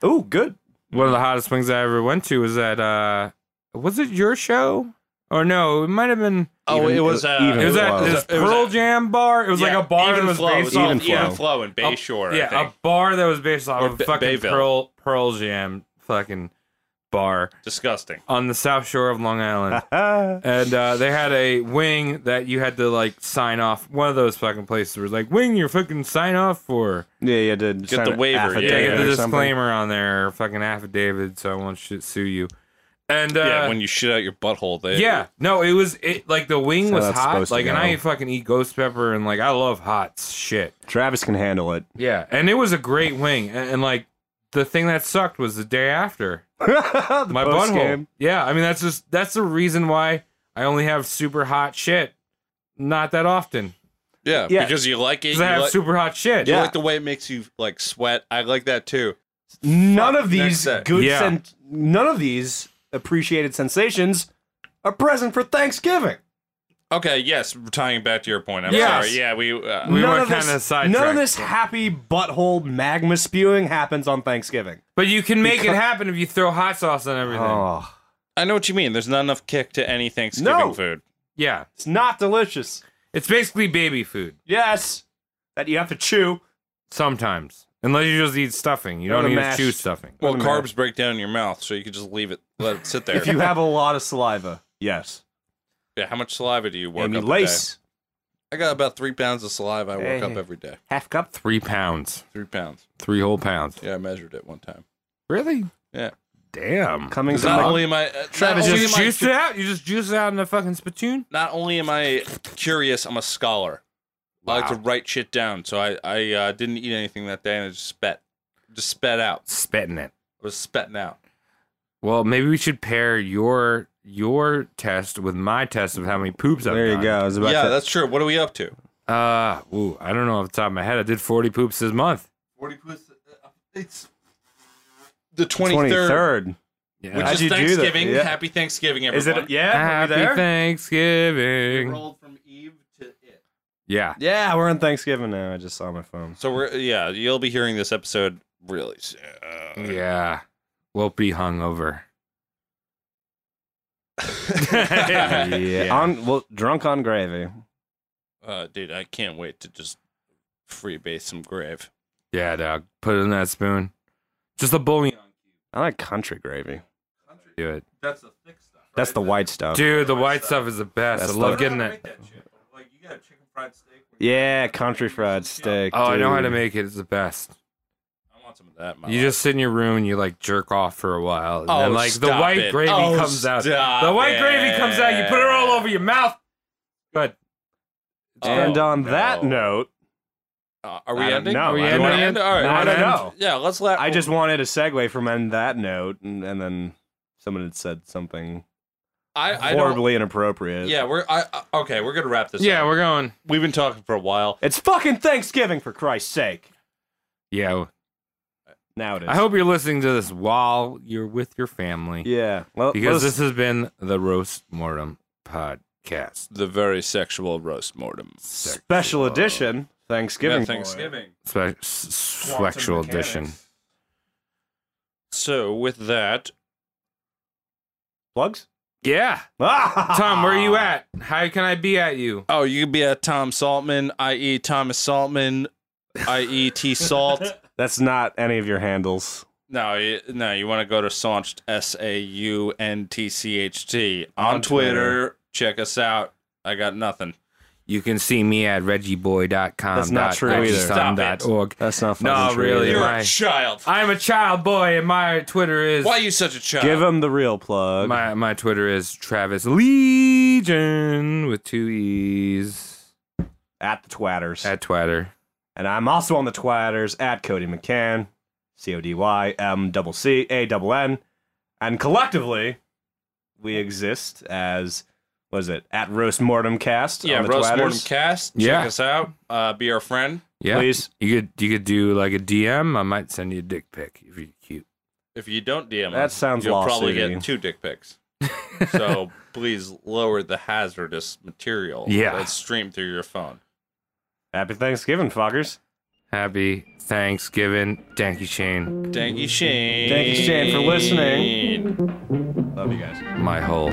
H: Ooh, good. [laughs]
I: One of the hottest wings I ever went to was at uh, was it your show or no? It might have been.
G: Oh,
H: Even-
G: it was. Uh,
H: even
I: It was at
H: Wow.
I: this
G: It was
I: Pearl
G: at-
I: Jam bar. It was like a bar that
G: even
I: was
G: flow.
I: based
G: It was
I: off.
H: Even
G: even
H: flow.
G: Even flow in Bayshore. I
I: yeah,
G: think.
I: a bar that was based off
G: Or
I: of
G: Ba-
I: fucking
G: Bayville.
I: Pearl Pearl Jam fucking bar
G: Disgusting.
I: on the south shore of Long
G: [laughs]
I: Island. and uh, they had a wing that you had to like sign off. One of those fucking places was like, wing your fucking sign off for.
H: Yeah, you did.
G: Get the waiver.
I: Yeah,
G: Yeah,
I: get the
H: or
I: disclaimer
H: something.
I: on there, or fucking affidavit, so I won't shit sue you. And uh,
G: yeah, when you shit out your butthole, they
I: yeah, no, it was it like the wing
H: So
I: was
H: that's
I: hot,
H: supposed to
I: like, and
H: go.
I: I fucking eat ghost pepper, and like I love hot shit.
H: Travis can handle it. [laughs]
I: Yeah, and it was a great wing, and, and like the thing that sucked was the day after my butthole.
H: post-game.
I: Yeah, I mean that's just that's the reason why I only have super hot shit, not that often.
G: yeah,
H: Yeah.
G: because you like it.
I: Because
G: You
I: I have
G: like,
I: super hot shit.
G: you
H: Yeah.
G: like the way it makes you like sweat. I like that too.
H: None
G: Fuck,
H: of
G: next
H: these
G: set.
H: good
I: Yeah.
H: sen- none of these appreciated sensations are present for Thanksgiving.
G: Okay, yes, tying back to your point. I'm
I: Yes.
G: sorry. Yeah, we. Uh,
I: We
H: none
I: were
H: of this,
I: kinda
H: none of
I: sidetracked.
H: this happy butthole magma spewing happens on Thanksgiving.
I: But you can make it happen if you throw hot sauce on everything.
H: Oh,
G: I know what you mean. There's not enough kick to any Thanksgiving
H: No.
G: food.
I: Yeah,
H: it's not delicious.
I: it's basically baby food
H: Yes, that you have to chew.
I: sometimes, unless you just eat stuffing. You
H: Or
I: don't
H: the
I: need to
H: mashed-
I: chew stuffing.
G: Well,
H: Wait a minute.
G: carbs break down in your mouth, so you could just leave it, let it sit there.
H: If you have a lot of saliva, yes.
G: yeah, how much saliva do you work
H: And you
G: up? a
H: lace
G: day? I got about three pounds of saliva. I work
H: Hey.
G: up every day.
H: half cup.
I: Three pounds,
G: Three pounds.
I: three whole pounds.
G: Yeah, I measured it one time.
I: Really?
G: Yeah.
I: Damn.
H: Coming
G: Not
H: from
G: only am I uh,
I: You
G: Travis, not only,
I: just
G: am I,
I: juice it out. You just juice it out in a fucking spittoon.
G: not only am I curious, I'm a scholar. I like to write shit down, so I I uh, didn't eat anything that day, and I just spat, just spat out.
I: Spitting it.
G: I was spitting out.
I: Well, maybe we should pair your your test with my test of how many poops I've
H: there you
I: done.
H: go. I was about
G: Yeah,
H: to-
G: that's true. What are we up to?
I: Uh, ooh, I don't know off the top of my head. I did 40 poops this month.
G: Forty percent. It's the twenty third,
H: 23rd.
I: Yeah.
G: which
H: How'd
G: is
H: you do that?
G: Thanksgiving.
H: Yeah.
G: Happy Thanksgiving,
H: Is
G: everyone.
H: it? Yeah, are
I: Happy
H: we there?
I: Thanksgiving.
G: from Eve to it.
I: Yeah.
H: yeah, we're on Thanksgiving now. I just saw my phone.
G: So we're yeah, you'll be hearing this episode really uh, soon.
I: Yeah. Won't be hungover. [laughs]
H: yeah. On well, drunk on gravy.
G: Uh, dude, I can't wait to just freebase some grave.
I: Yeah, dog. Put it in that spoon. Just a bouillon.
H: I like country gravy.
I: Do it.
G: That's the thick stuff.
H: That's the white stuff.
I: Dude, the white stuff is the best.
H: That's
I: I love
H: the-
I: getting it.
G: Like you got a chicken fried steak.
H: Yeah, country fried steak.
I: Oh, I know how to
H: dude.
I: make it. It's the best.
G: I want some of that. in my
I: You
G: life.
I: just sit in your room and you like jerk off for a while. And
G: Oh,
I: then, like the
G: stop
I: white
G: it.
I: gravy
G: Oh,
I: comes out.
G: stop
I: The white gravy
G: it.
I: comes out. You put it all over your mouth. Good.
H: And
G: Oh,
H: on
G: no.
H: that note,
G: Uh, are we
H: I don't
G: ending?
H: know.
G: Are we
H: I
G: ending?
H: don't
I: know.
G: End? All right.
I: Oh, No, I
G: wanna
I: don't
G: end?
H: know.
G: Yeah, let's let.
H: I just wanted a segue from end that note, and, and then someone had said something
G: I, I don't.
H: horribly inappropriate.
G: Yeah, we're. I, I okay. We're gonna wrap this.
I: Yeah,
G: up.
I: we're going.
G: we've been talking for a while.
H: It's fucking Thanksgiving for Christ's sake.
I: Yeah.
H: Now it is.
I: I hope you're listening to this while you're with your family.
H: Yeah. Well,
I: Because this
H: let's-
I: has been the Roast Mortem podcast.
G: The very sexual roast mortem.
H: special edition Thanksgiving.
G: Yeah, Thanksgiving.
I: Spe- s- sexual edition.
G: So with that,
H: plugs.
I: Yeah. Tom, where are
H: [laughs]
I: you at? How can I be at you?
G: oh, you could be at Tom Saltman, i.e. Thomas Saltman, i.e. T Salt.
H: That's not any of your handles.
G: No, you, no, you want to go to Saunched, S A U N T C H T on,
H: On
G: Twitter.
H: Twitter.
G: Check us out. I got nothing.
I: You can see me at reggieboy.com.
H: That's not true either.
G: Stop it.
I: org.
H: That's not.
I: No,
H: fucking true
I: really,
G: You're
H: either.
I: my-
G: a child.
I: I'm a child boy, and my Twitter is
G: Why are you such a child?
H: Give him the real plug.
I: my my Twitter is Travis Legion with two e's
H: at the Twatters.
I: at Twitter.
H: and I'm also on the Twatters at Cody McCann, C O D Y M double C A double N. And collectively, we exist as, what is it, at Roast Mortem Cast.
G: yeah,
H: on the
G: Roast
H: Twatters.
G: Mortem Cast. Check
I: Yeah.
G: us out. Uh, be our friend
I: Yeah,
H: Please.
I: you could you could do like a DM. I might send you a dick pic if you're cute.
G: if you don't DM
H: That
G: us,
H: sounds
G: you'll probably get
H: lawsuity.
G: two dick
H: [laughs]
G: pics. so please lower the hazardous material
I: Yeah.
G: that's streamed through your phone.
H: Happy Thanksgiving, fuckers.
I: Happy Thanksgiving, thank you, Shane.
G: Thank you, Shane.
H: Thank you, Shane, for listening. Love you guys.
I: My whole.